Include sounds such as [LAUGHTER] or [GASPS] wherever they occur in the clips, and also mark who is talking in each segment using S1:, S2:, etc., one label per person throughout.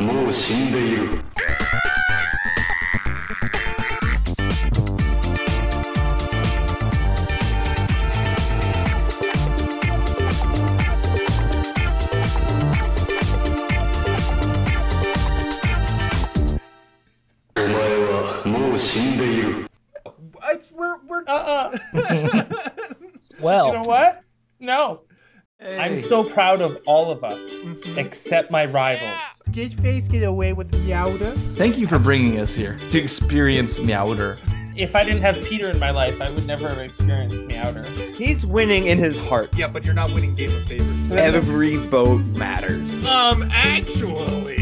S1: も死んでいるお前はもう死んでいる
S2: It's, we're we're.
S3: Uh-uh. [LAUGHS]
S4: Well,
S3: You know what? No.
S2: Hey. Mm-hmm.
S3: I'm so proud of all of us, except my rivals.
S2: Did Face get away with Yowda?
S4: thank you for bringing us here to experience Meowder.
S3: If I didn't have Peter in my life, I would never have experienced Meowder.
S5: He's winning in his heart.
S2: Yeah, but you're not winning Game of Favorites.
S5: Every vote matters.
S6: Um, actually,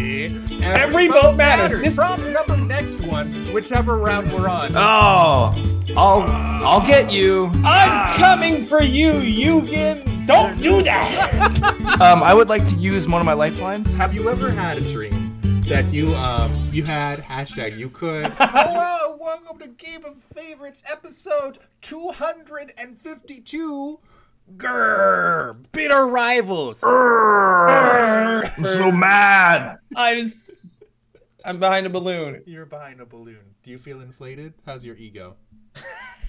S3: Every vote matters. This-
S2: Problem number next one, whichever round we're on.
S4: Oh, I'll I'll get you.
S2: Ah.
S3: I'm coming for you, Yugen! Don't do that!
S4: Um, I would like to use one of my lifelines.
S2: Have you ever had a dream that you um you had hashtag you could? [LAUGHS] Hello, welcome to Game of Favorites episode 252. Grr, bitter rivals.
S4: I'm [LAUGHS] so mad.
S3: I'm s- I'm behind a balloon.
S2: You're behind a balloon. Do you feel inflated? How's your ego?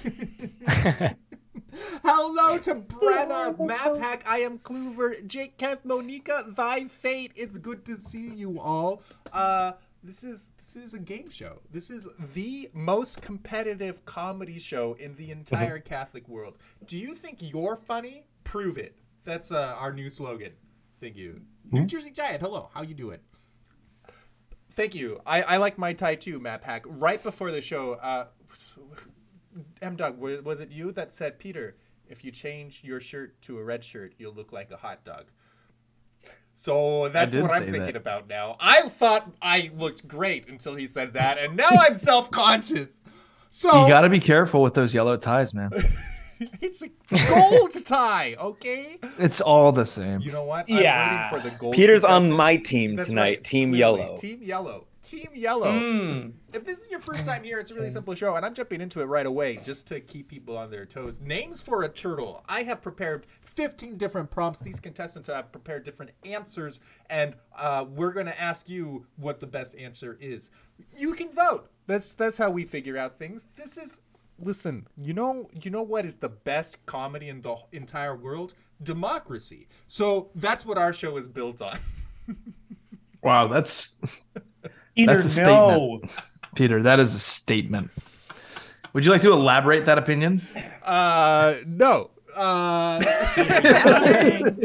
S2: [LAUGHS] Hello to Brenna, Maphack, I am Clover, Jake Kev, Monica, Thy Fate. It's good to see you all. Uh this is this is a game show. This is the most competitive comedy show in the entire Catholic world. Do you think you're funny? Prove it. That's uh, our new slogan. Thank you. New Jersey Giant, hello. How you doing? Thank you. I, I like my tie too, Matt Pack. Right before the show, uh, M Dog, wa- was it you that said, Peter, if you change your shirt to a red shirt, you'll look like a hot dog? So that's
S5: did
S2: what I'm
S5: say
S2: thinking
S5: that.
S2: about now. I thought I looked great until he said that, and now I'm self conscious. So
S4: You gotta be careful with those yellow ties, man.
S2: it's a gold [LAUGHS] tie, okay?
S4: It's all the same.
S2: You know what?
S3: Yeah.
S2: I'm waiting for the gold.
S5: Peter's on
S2: contestant.
S5: my team
S2: That's
S5: tonight,
S2: right,
S5: Team
S2: literally.
S5: Yellow. Hmm.
S2: Team Yellow. Team Yellow.
S3: Mm.
S2: If this is your first time here, it's a really simple show, and I'm jumping into it right away just to keep people on their toes. Names for a turtle. I have prepared 15 different prompts. These contestants have prepared different answers, and uh, we're going to ask you what the best answer is. You can vote. That's that's how we figure out things. This is listen. You know you know what is the best comedy in the entire world? Democracy. So that's what our show is built on. [LAUGHS]
S4: Wow, that's
S3: Peter,
S4: That's a
S3: no.
S4: Peter. That is a statement. Would you like to elaborate that opinion?
S2: Uh, no. Uh.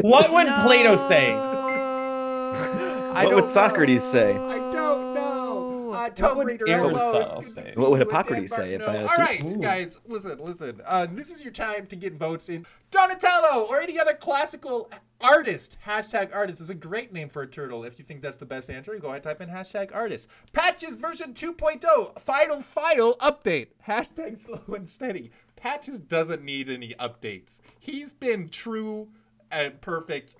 S3: What would Plato say?
S2: I
S5: What
S2: don't
S5: would Socrates
S2: know.
S5: say?
S2: I don't know. Uh,
S3: would
S2: Tomb Raider, hello. It's
S3: Aristotle
S2: good to
S3: say?
S2: see
S5: What would
S2: you again,
S5: Hippocrates say if
S2: Martineau.
S5: I asked
S2: All
S5: you?
S2: right, guys, listen, listen. Uh, this is your time to get votes in. Donatello or any other classical artist. Hashtag artist is a great name for a turtle. If you think that's the best answer, go ahead type in hashtag artist. Patches version 2.0, final, final update. Hashtag slow and steady. Patches doesn't need any updates. He's been true and perfect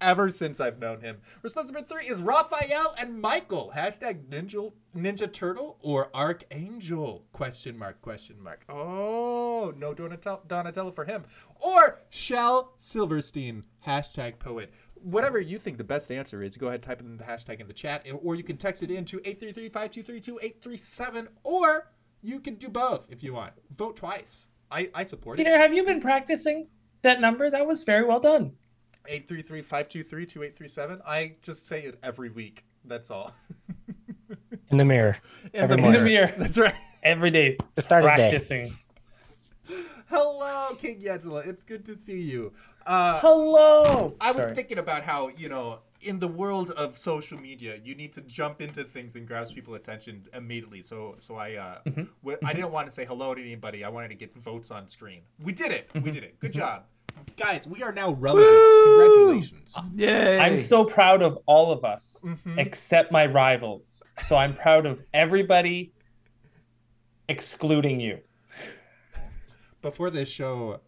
S2: ever since I've known him. Response number three is Raphael and Michael. Hashtag Ninja Ninja Turtle or Archangel? Question mark? Question mark? Oh, no Donatello, Donatello for him. Or Shell Silverstein. Hashtag poet. Whatever you think the best answer is, go ahead type in the hashtag in the chat, or you can text it in to 833-523-2837, or you can do both if you want. Vote twice. I, I support it.
S3: Peter, have you been practicing that number? That was very well done.
S2: 833-523-2837. I just say it every week. That's all. [LAUGHS]
S7: in the mirror
S2: In
S7: Every
S2: the
S3: In the
S7: Sure.
S3: mirror.
S2: That's right.
S3: [LAUGHS] Every day.
S7: to start his day.
S3: Practicing.
S2: Hello, King Yatula. It's good to see you. Uh,
S3: Hello.
S2: I was
S3: Sorry.
S2: thinking about how, you know, in the world of social media, you need to jump into things and grabs people's attention immediately. So, so I, uh, w- I didn't want to say hello to anybody. I wanted to get votes on screen. We did it. We did it. Good job, guys. We are now relevant. Congratulations.
S4: Ah. Yay!
S3: I'm so proud of all of us,
S2: Mhm.
S3: except my rivals. So I'm proud of everybody, excluding you.
S2: before this show,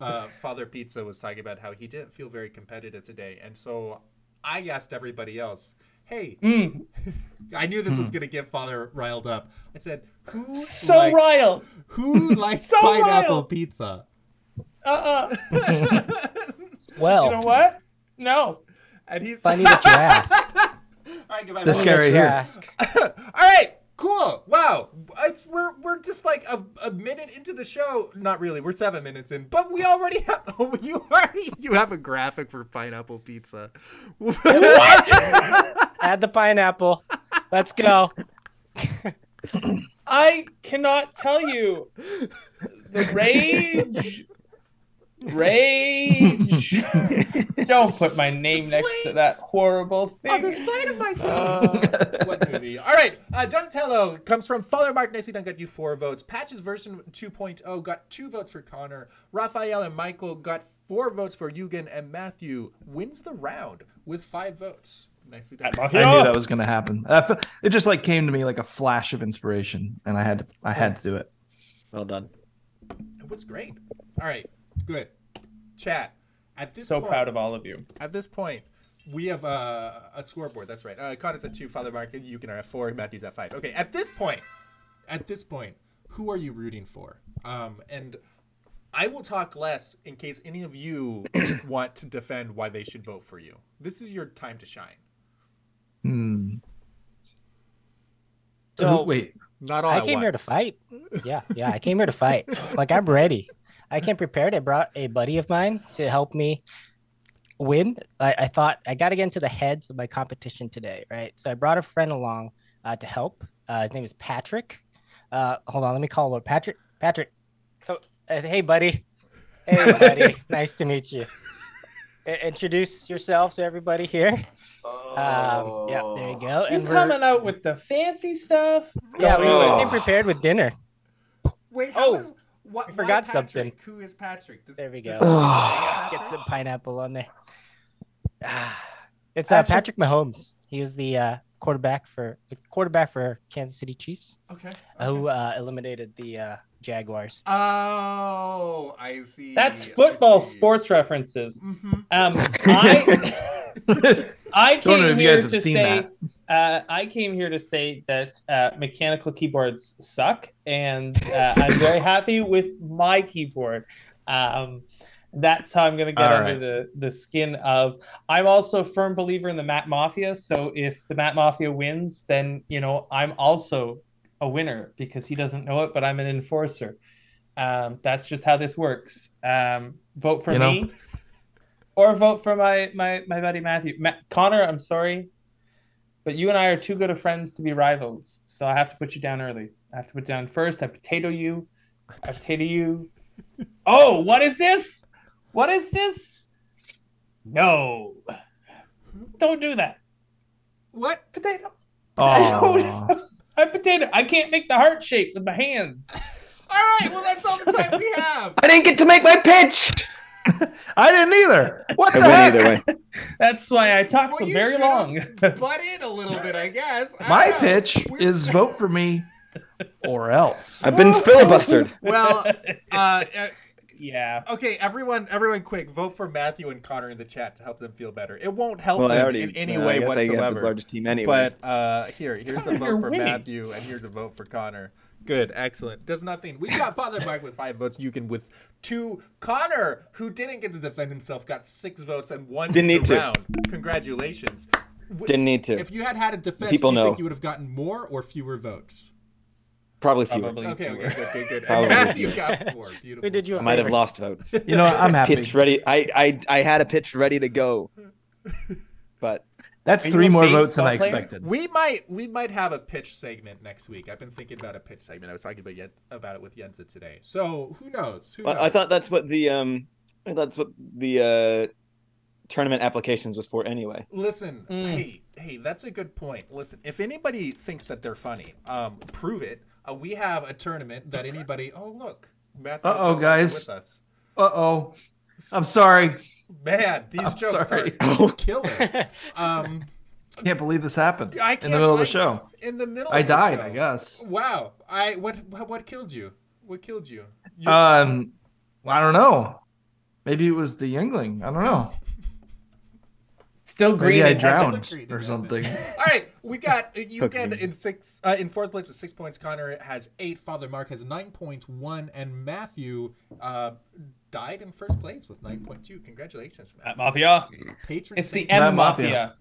S2: uh, Father Pizza was talking about how he didn't feel very competitive today, and so I asked everybody else, "Hey,
S3: Mm,
S2: I knew this was gonna get Father riled up." I said, "Who
S3: Hmm. so
S2: likes,
S3: Ryle.
S2: who likes
S3: [LAUGHS] So
S2: pineapple
S3: riled.
S2: pizza?"
S3: Uh uh
S7: Well, Oh.
S3: You know what? No.
S2: And he's [LAUGHS]
S7: funny that you asked.
S2: I
S6: brag about
S4: This
S6: what
S4: guy
S6: I
S4: right
S7: you
S4: here.
S7: ask. [LAUGHS]
S2: [LAUGHS] All right, cool. Wow, it's, we're we're just like a, a minute into the show. Not really. We're seven minutes in, but we already [LAUGHS] have. Oh, you already you have a graphic for pineapple pizza.
S7: [LAUGHS] Add the pineapple. Let's go.
S3: I cannot tell you the rage. Rage. Don't put my name next to that horrible
S2: on [LAUGHS] the
S3: thing.
S2: side of my face. what movie? All right, uh, Donatello comes from Father Mark Nacidon got you four votes. Patches version 2.0 got two votes for Connor. Raphael and Michael got four votes for Eugen, and Matthew wins the round with five votes. Nicely done.
S4: I
S5: Oh.
S4: knew that was going to happen. I fe- It just like came to me like a flash of inspiration, and I had to, I had to do it.
S5: Well done.
S2: It was great. All right, good. Chat. At this
S3: So
S2: point,
S3: proud of all of you.
S2: At this point, we have uh, a scoreboard. That's right. Uh, Connor's at two, Father Mark, and Eugen are at four, Matthew's at five. Okay, at this point, at this point, who are you rooting for? Um, and I will talk less in case any of
S7: [COUGHS]
S2: you want to defend why they should vote for you. This is your time to shine.
S5: [LAUGHS]
S4: Hmm.
S7: So
S4: Who- wait,
S2: Not all
S7: I
S2: at
S7: came here to
S2: once.
S7: fight. Yeah, yeah, I came here to fight. Like I'm ready. I came prepared. I brought a buddy of mine to help me win. I, I thought I got to get into the heads of my competition today, right? So I brought a friend along uh, to help. Uh, his name is Patrick. Uh, hold on, let me call him. up. Patrick, Patrick, come, uh, hey buddy, hey buddy, nice to meet you. I- introduce yourself to everybody here. Um, yeah, there you go.
S3: You
S7: And we're-
S3: coming out with the fancy stuff?
S7: yeah, we, we
S3: Oh.
S7: came prepared with dinner.
S2: Wait,
S3: Oh,
S2: was- what,
S7: I
S2: why Patrick?
S7: forgot something.
S2: Who is Patrick? This-
S7: There we
S2: this-
S7: [SIGHS] go.
S2: Patrick?
S7: Get some pineapple on there. [SIGHS] Ah, it's uh,
S3: Patrick-
S7: Patrick Mahomes. He was the uh, quarterback for quarterback for Kansas City Chiefs,
S2: Okay.
S7: who
S2: okay.
S7: uh, eliminated the uh, Jaguars.
S2: Oh, I see.
S3: That's football sports references.
S2: Mm-hmm.
S4: [LAUGHS]
S3: Um, I I
S4: Don't
S3: came
S4: know if you
S3: here
S4: guys have
S3: to
S4: seen
S3: say uh, I came here to say that uh, mechanical keyboards suck, and uh, I'm very happy with my keyboard. Um, that's how I'm going to get
S4: All
S3: under
S4: right.
S3: the, the skin of. I'm also a firm believer in the Mat Mafia. So if the Mat Mafia wins, then you know I'm also a winner because he doesn't know it, but I'm an enforcer. Um, that's just how this works. Um, vote for
S4: You know?
S3: me, or vote for my my my buddy Matthew Ma- Connor. I'm sorry, but you and I are too good of friends to be rivals. So I have to put you down early. I have to put down first. I potato you. I potato
S4: [LAUGHS]
S3: you. Oh, what is this? What is this? No, don't do that.
S2: What?
S3: Potato.
S4: Aw.
S3: I potato. I can't make the heart shape with my hands.
S2: All right. Well, that's all the time we have.
S5: I didn't get to make my pitch.
S4: I didn't either. What
S5: I
S4: the
S5: went
S4: heck?
S5: either
S2: [LAUGHS]
S5: way.
S3: That's why I talked
S2: Well,
S3: for
S2: you
S3: very
S2: should've-
S3: long. [LAUGHS]
S2: Butt in a little bit, I guess. I
S4: My
S2: don't know.
S4: pitch
S2: We're-
S4: is vote for me or else.
S5: I've been filibustered.
S2: [LAUGHS] Well, uh, uh,
S3: yeah.
S2: okay, everyone, everyone, quick, vote for Matthew and Connor in the chat to help them feel better. It won't help
S5: Well, I
S2: them
S5: already
S2: in any
S5: well, I
S2: way
S5: guess I got the
S2: whatsoever.
S5: largest team anyway.
S2: But uh, here, here's a
S3: Connor,
S2: vote
S3: you're
S2: for
S3: winning.
S2: Matthew, and here's a vote for Connor. Good, excellent. Does nothing. We got Father Mark with five votes. You can with two. Connor, who didn't get to defend himself, got six votes and won
S5: Didn't need
S2: the
S5: to.
S2: round. Congratulations. W-
S5: Didn't need to.
S2: If you had had a defense,
S5: People
S2: do you
S5: know.
S2: think you would have gotten more or fewer votes?
S5: Probably fewer.
S3: Probably.
S2: Okay,
S3: fewer.
S2: okay, good, good, good. And
S5: Probably
S2: Matthew
S5: fewer.
S2: got
S5: [LAUGHS]
S2: four. Beautiful.
S7: Who did you?
S5: I might have
S2: [LAUGHS]
S5: lost votes.
S4: You know, I'm happy.
S5: pitch ready. I, I I had a pitch ready
S2: [LAUGHS]
S5: to go. But
S4: That's
S3: Are you
S4: three
S3: a
S4: more votes
S3: baseball
S4: than I
S3: player?
S4: expected.
S2: We might we might have a pitch segment next week. I've been thinking about a pitch segment. I was talking about yet about it with Yenza today. So who knows? Who knows?
S5: I I thought that's what the um that's what the uh tournament applications was for anyway.
S2: Listen,
S3: Mm.
S2: hey, hey, that's a good point. Listen, if anybody thinks that they're funny, um, prove it. Uh, we have a tournament that anybody. Oh look, Matthew's
S4: Uh-oh,
S2: no longer
S4: guys.
S2: with us.
S4: Uh oh. I'm sorry.
S2: Man, these
S4: I'm
S2: jokes
S4: sorry. [LAUGHS]
S2: are killer.
S5: [LAUGHS]
S2: um,
S4: I can't believe this happened
S2: I
S4: in
S2: can't
S4: the middle of
S2: I-
S4: the show.
S2: In the middle.
S4: I
S2: of the
S4: died,
S2: show.
S4: I guess.
S2: Wow. I what what what killed you? What killed you? You-
S4: Um, well, I don't know. Maybe it was the Yingling. I don't know.
S3: Still green.
S4: Maybe I
S3: and hasn't-
S4: drowned
S2: Green
S4: or
S2: and
S4: something.
S2: All right, we got uh, you
S5: Cook
S2: get
S5: me.
S2: in six uh, in fourth place with six points. Connor has eight. Father Mark has nine point one, and Matthew uh, died in first place with nine point two. Congratulations,
S3: Matt
S2: Matthew.
S3: Mafia.
S2: Patron
S3: It's the
S2: saint.
S3: M
S4: Matt
S3: Mafia.
S4: Mafia.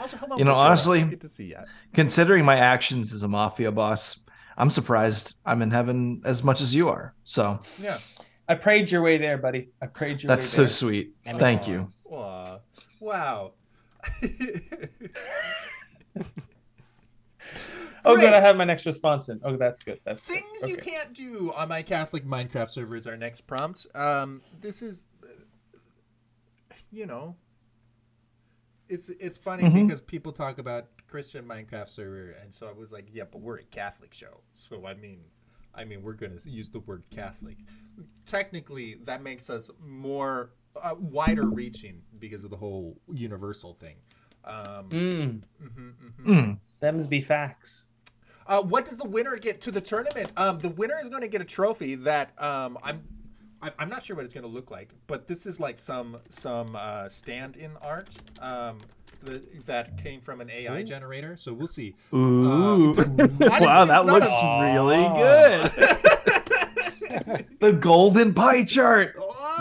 S2: Also, how long
S4: You know,
S2: was that? I
S4: honestly-
S2: didn't get to see yet.
S4: Considering my actions as a mafia boss, I'm surprised I'm in heaven as much as you are. So
S2: Yeah,
S3: I prayed your way there, buddy. I prayed your
S4: that's so
S3: way there.
S4: sweet.
S7: That makes
S4: Thank
S7: sense.
S4: you.
S2: Aw, wow. [LAUGHS]
S3: oh,
S2: Great.
S3: good. I have my next response in. Oh, that's good. That's good.
S2: Things you
S3: Okay.
S2: can't do on my Catholic Minecraft server is our next prompt. Um, this is, uh, you know, it's it's funny
S4: Mhm.
S2: because people talk about Christian Minecraft server, and so I was like, yeah, but we're a Catholic show, so I mean, I mean, we're gonna use the word Catholic. Technically, that makes us more uh, wider reaching because of the whole universal thing. Um,
S3: Mm,
S2: mhm, mhm.
S4: Mm.
S3: them's be facts.
S2: Uh, what does the winner get to the tournament? Um, the winner is going to get a trophy that um, I'm, I'm I'm not sure what it's going to look like, but this is like some some uh, stand-in art um, the, that came from an AI generator. So we'll see. Uh,
S4: Ooh.
S2: that is-
S4: wow,
S2: it's not
S4: that looks
S3: a-
S4: really good. the golden pie chart.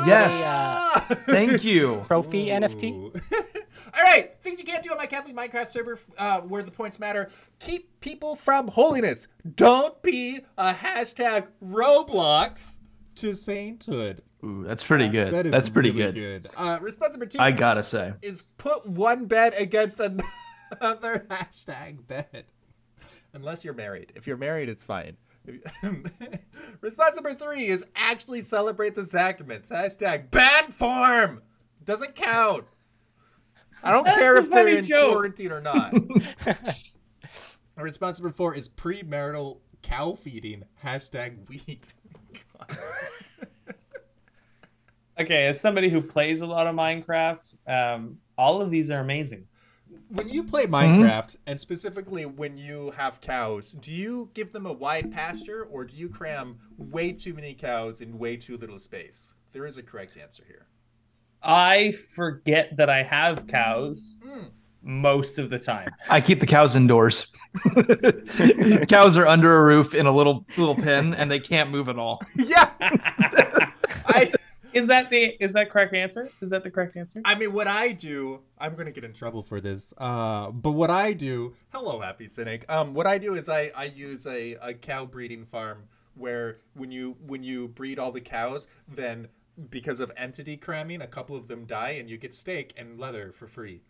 S4: Yes.
S2: Ah!
S4: Thank you.
S7: Trophy [LAUGHS] NFT.
S2: [LAUGHS] All right, things you can't do on my Catholic Minecraft server uh, where the points matter. Keep people from holiness. Don't be a hashtag Roblox to sainthood.
S4: Ooh, that's pretty good.
S2: That is
S4: that's pretty
S2: really
S4: good.
S2: Uh, response number two
S4: I gotta say.
S2: is put one bed against another [LAUGHS] hashtag bed. Unless you're married. If you're married, it's fine. If you- [LAUGHS] response number three is actually celebrate the sacraments. Hashtag bad form doesn't count. I don't
S3: That's
S2: care
S3: a
S2: if they're
S3: funny
S2: in
S3: joke.
S2: quarantine or
S3: [LAUGHS]
S2: not. response number four is premarital cow feeding. Hashtag wheat.
S3: Okay, as somebody who plays a lot of Minecraft, um, all of these are amazing.
S2: when you play Minecraft, and specifically when you have cows, do you give them a wide pasture or do you cram way too many cows in way too little space? There is a correct answer here. [LAUGHS]
S3: I forget that I have cows
S2: Mm.
S3: most of the time.
S4: I keep the cows indoors. [LAUGHS] cows are under a roof in a little little pen and they can't move at all.
S2: Yeah, [LAUGHS] I.
S3: Is that the is that correct answer? Is that the correct answer?
S2: I mean, what I do, I'm gonna get in trouble for this. Uh, but what I do, hello, happy cynic. Um, what I do is I I use a, a cow breeding farm where when you when you breed all the cows, then because of entity cramming, a couple of them die, and you get steak and leather for free,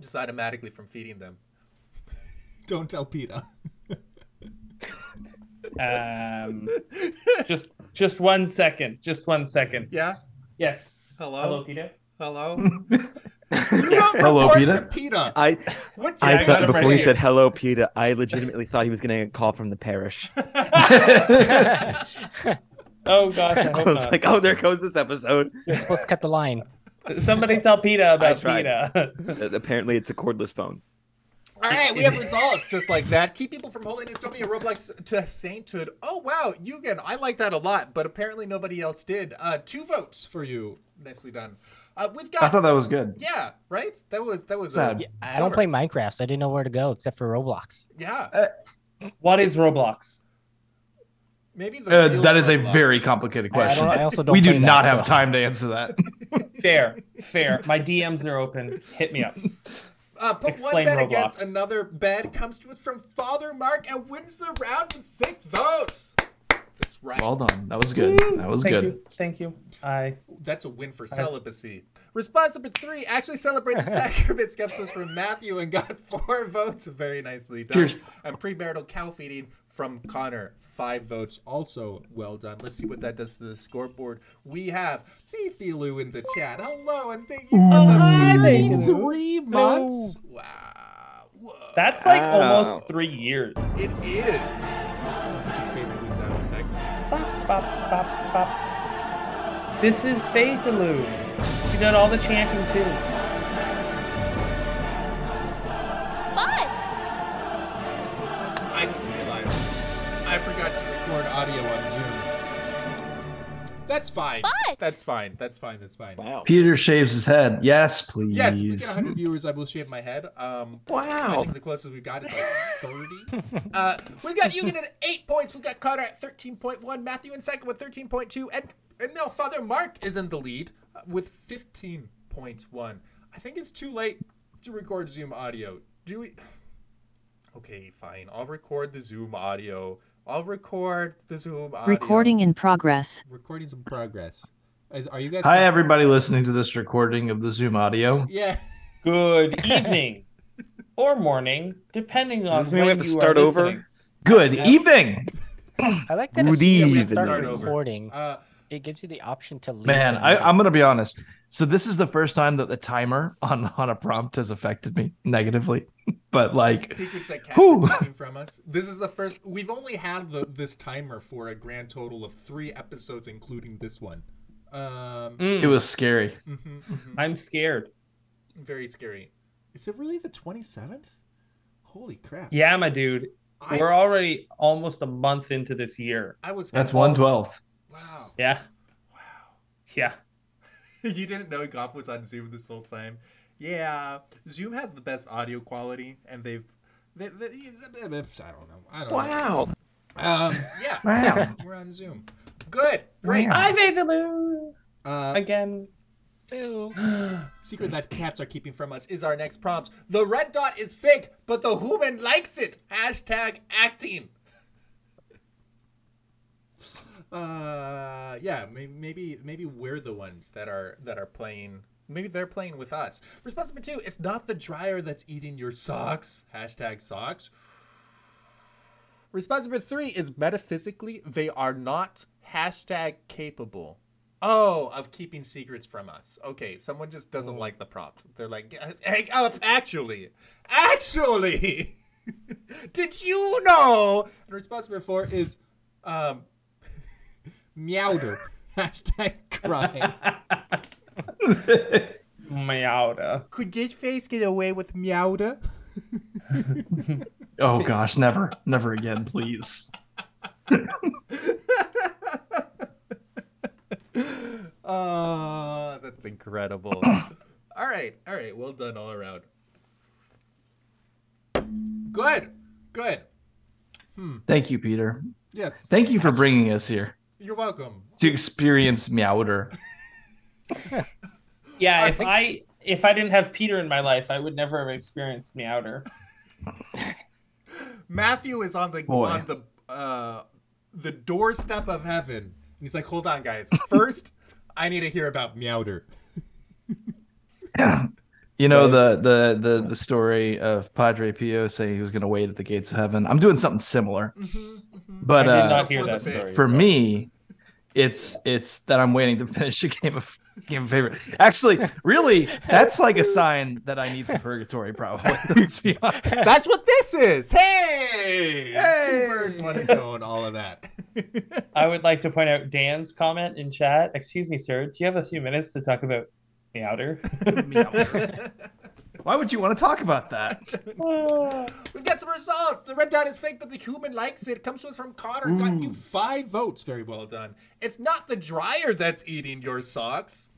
S2: just automatically from feeding them. [LAUGHS] Don't tell PETA.
S3: Um, just just one second. Just one second.
S2: Yeah.
S3: Yes. Hello,
S2: Hello.
S3: Peter.
S2: Hello. you don't
S4: Hello,
S2: report
S4: PETA.
S2: to PETA.
S5: I
S2: What
S5: I
S3: I
S5: thought
S3: got it
S5: before
S3: right
S5: you
S3: here.
S5: said hello, Peter, I legitimately thought he was getting a call from
S2: [LAUGHS]
S5: the [LAUGHS] parish.
S3: Oh gosh,
S5: [LAUGHS]
S3: I
S5: I
S3: hope
S5: was
S3: not.
S5: like, oh, there goes this episode.
S7: You're supposed to cut the line.
S3: Somebody tell Peter about
S5: tried.
S3: Peter. [LAUGHS]
S5: Uh, Apparently, it's a cordless phone.
S2: All right, we have results just like that. Keep people from holiness. Don't be a Roblox to sainthood. Oh wow, Eugen, I like that a lot, but apparently nobody else did. Uh, two votes for you. Nicely done. Uh, we've got.
S4: I thought that was
S2: [LAUGHS]
S4: good.
S2: yeah, right. That was that was. Uh,
S4: Sad.
S7: I don't play Minecraft, so I didn't know where to go except for Roblox.
S2: Yeah,
S3: what is Roblox?
S2: maybe the.
S4: Uh,
S2: real
S4: that is a
S2: Roblox.
S4: very complicated
S7: I- I
S4: question.
S7: don't- I also
S4: we
S7: don't
S4: do
S7: play that,
S4: not have
S7: so-
S4: time to answer that.
S3: Fair, fair. My DMs are open. Hit me up.
S2: Uh, put one
S3: Explain
S2: bet
S3: Roblox.
S2: against another bet comes to us from Father Mark and wins the round with six votes. That's right.
S4: [LAUGHS] well done. That was good. That was
S3: Thank
S4: good.
S3: you. Thank you. I
S2: That's a win for celibacy. Response number three actually celebrate the sacraments comes to us from Matthew and got [LAUGHS] four votes. Very nicely done.
S4: Cheers.
S2: And premarital cow feeding from Connor. Five votes. Also well done. Let's see what that does to the scoreboard. We have Fifi Lou in the chat. Hello and thank you for the 33 months. Wow. Whoa.
S3: that's like
S5: Wow.
S3: almost three years.
S2: It is. This is Fifi Lou's sound effect.
S3: Bop, bop, bop, bop. This is Faith Alou. She done all the chanting too.
S8: But
S2: I just realized I forgot to record audio on Zoom. That's fine.
S8: But-
S2: That's fine. That's fine. That's fine.
S5: Wow.
S4: Peter shaves his head. Yes, please.
S2: Yes, if we get 100 viewers, I will shave my head. Um, I
S5: Wow.
S2: think the closest we've got is like 30. uh, we've got Eugen at 8 points. We've got Connor at 13.1. Matthew in second with 13.2. And, and no, Father Mark is in the lead uh, with 15.1. I think it's too late to record Zoom audio. Do we? Okay, fine. I'll record the Zoom audio. I'll record the Zoom audio.
S8: Recording in progress.
S2: Recording's in progress. Is, are you guys?
S4: Hi, everybody listening to this recording of the Zoom audio.
S2: Yeah.
S5: [LAUGHS]
S3: Good evening or morning, depending on
S5: Does this mean
S3: when
S5: we have to
S3: you are
S5: start over?
S3: listening.
S4: Good
S3: Yes.
S4: evening,
S7: I like that.
S5: Good
S7: as soon as you
S5: evening.
S7: start
S2: Start over.
S7: recording,
S2: Uh,
S7: it gives you the option to leave.
S4: man.
S7: and
S4: I,
S7: leave.
S4: I'm gonna be honest. So this is the first time that the timer on on a prompt has affected me negatively, [LAUGHS] but like
S3: Hmm.
S2: secrets that cats
S4: Whew.
S2: are keeping from us. This is the first. We've only had the, this timer for a grand total of three episodes, including this one. Um,
S3: Mm,
S4: it was scary.
S2: mhm, mhm.
S3: I'm scared.
S2: very scary.
S9: Is it really the 27th? Holy crap.
S3: Yeah, my dude.
S2: I,
S3: We're already almost a month into this year.
S2: I was.
S4: That's one twelfth.
S2: Wow. [LAUGHS]
S3: Yeah. Wow. Yeah.
S2: you didn't know Goff was on Zoom this whole time. Yeah, Zoom has the best audio quality, and they've. They, they,
S9: I don't know. I don't know.
S5: Wow.
S9: Um,
S2: yeah,
S4: Wow.
S2: we're on Zoom. Good, great.
S4: Wow.
S3: Hi, Vagaloo.
S2: Uh,
S3: Again.
S2: secret that cats are keeping from us is our next prompt. The red dot is fake, but the human likes it. Hashtag acting. Uh, yeah, may- maybe maybe we're the ones that are that are playing. Maybe they're playing with us. Response number two: It's not the dryer that's eating your socks. Hashtag socks. Response number three is metaphysically they are not hashtag capable. Oh, of keeping secrets from us. Okay, someone just doesn't like the prompt. They're like, hang up, actually. Actually! [LAUGHS] Did you know? And response number four is, um, [LAUGHS] meowder. [LAUGHS] Hashtag cry. [LAUGHS]
S3: Meowda.
S2: Could this face get away with meowder?
S3: [LAUGHS]
S4: Oh gosh, never, never again, please.
S2: Oh, that's incredible. all right, all right, well done all around. Good, good.
S4: Thank you, Peter.
S9: yes.
S4: Thank you for bringing us here
S2: You're welcome.
S4: to experience Meowder.
S3: Yeah, if I if I didn't have Peter in my life, I would never have experienced Meowder.
S2: Matthew is on the
S4: Boy.
S2: on the uh, the doorstep of heaven, and he's like, "Hold on, guys. First, I need to hear about Meowder."
S4: You know the the the the story of Padre Pio saying he was going to wait at the gates of heaven. I'm doing something similar,
S3: I
S4: but
S3: did
S4: uh,
S3: not hear
S2: for
S3: that
S2: the bit.
S3: story.
S4: for me, it's it's that I'm waiting to [LAUGHS] finish a game of game of favorite. Actually, really, that's like a sign that I need some purgatory. Probably. [LAUGHS] Let's be honest.
S2: That's what this is. Hey,
S4: Hey!
S2: two birds, one stone, all of that.
S3: I would like to point out Dan's comment in chat. Excuse me, sir. Do you have a few minutes to talk about Meowder?
S4: Why would you want to talk about that?
S2: We've got some results. The red dot is fake, but the human likes it. Comes to us from Connor. Got you five votes. Very well done. It's not the dryer that's eating your socks.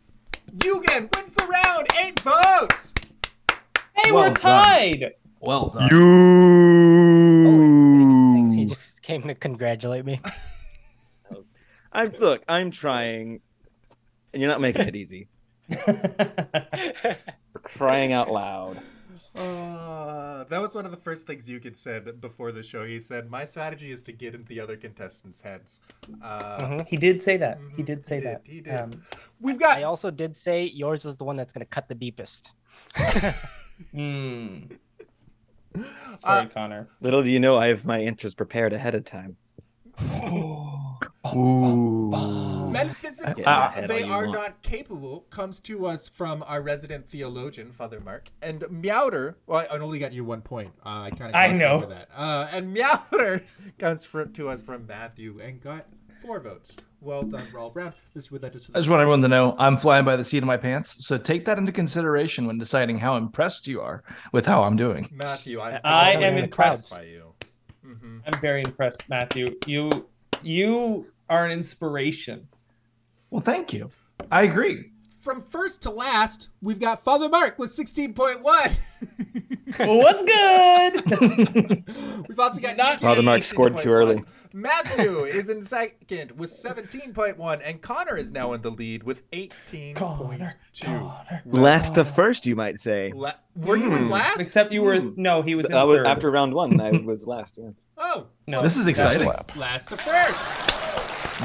S2: Yugen wins the round. Eight votes.
S3: [LAUGHS] hey,
S4: Well
S3: we're
S4: done.
S3: tied. [LAUGHS]
S4: Well done.
S7: Oh, he- he thinks he
S5: You.
S7: just came to congratulate [LAUGHS] me.
S5: I'm look. I'm trying, and you're not making it easy. Crying out loud.
S2: Uh, that was one of the first things Yugen said before the show. He said, "My strategy is to get into the other contestants' heads." Uh,
S7: Uh-huh.
S3: he did say that. He did say
S2: He did,
S3: that.
S2: he did.
S3: Um,
S2: We've
S7: I
S2: got
S7: also did say yours was the one that's going to cut the deepest. [LAUGHS]
S3: mm.
S2: uh,
S3: Sorry, Connor.
S5: Little do you know, I have my interest prepared ahead of time.
S4: Ooh.
S2: Metaphysically,
S5: Ah.
S2: they
S5: All you
S2: are
S5: want.
S2: not capable comes to us from our resident theologian, Father Mark. And Meowder, well, I only got you one point. Uh, I kind of
S3: I know.
S2: over that. Uh, and Meowder [LAUGHS] comes fr to us from Matthew and got four votes. Well done, all round. This is what that is.
S4: I just want everyone to know I'm flying by the seat of my pants. So take that into consideration when deciding how impressed you are with how I'm doing.
S2: Matthew, I'm
S3: I
S7: am
S2: always
S3: impressed.
S2: by you. hmm
S3: I'm very impressed, Matthew. You you are an inspiration.
S4: Well, thank you. I agree.
S2: From first to last, we've got Father Mark with [LAUGHS] 16.1.
S3: Well, what's good?
S2: We've also got
S3: Not-
S2: Yugen at
S5: Father Mark scored too early.
S2: 16.1. Matthew is in second with 17.1, and Connor is now in the lead with 18.2.
S3: Connor.
S5: Last to first, you might say.
S2: La- were you
S4: Hmm.
S2: in last?
S3: [LAUGHS] Except you were no, he was in
S5: I was,
S3: third.
S5: after round one, I
S3: [LAUGHS]
S5: was last. Yes.
S2: oh,
S3: no,
S4: This is exciting.
S2: last to first.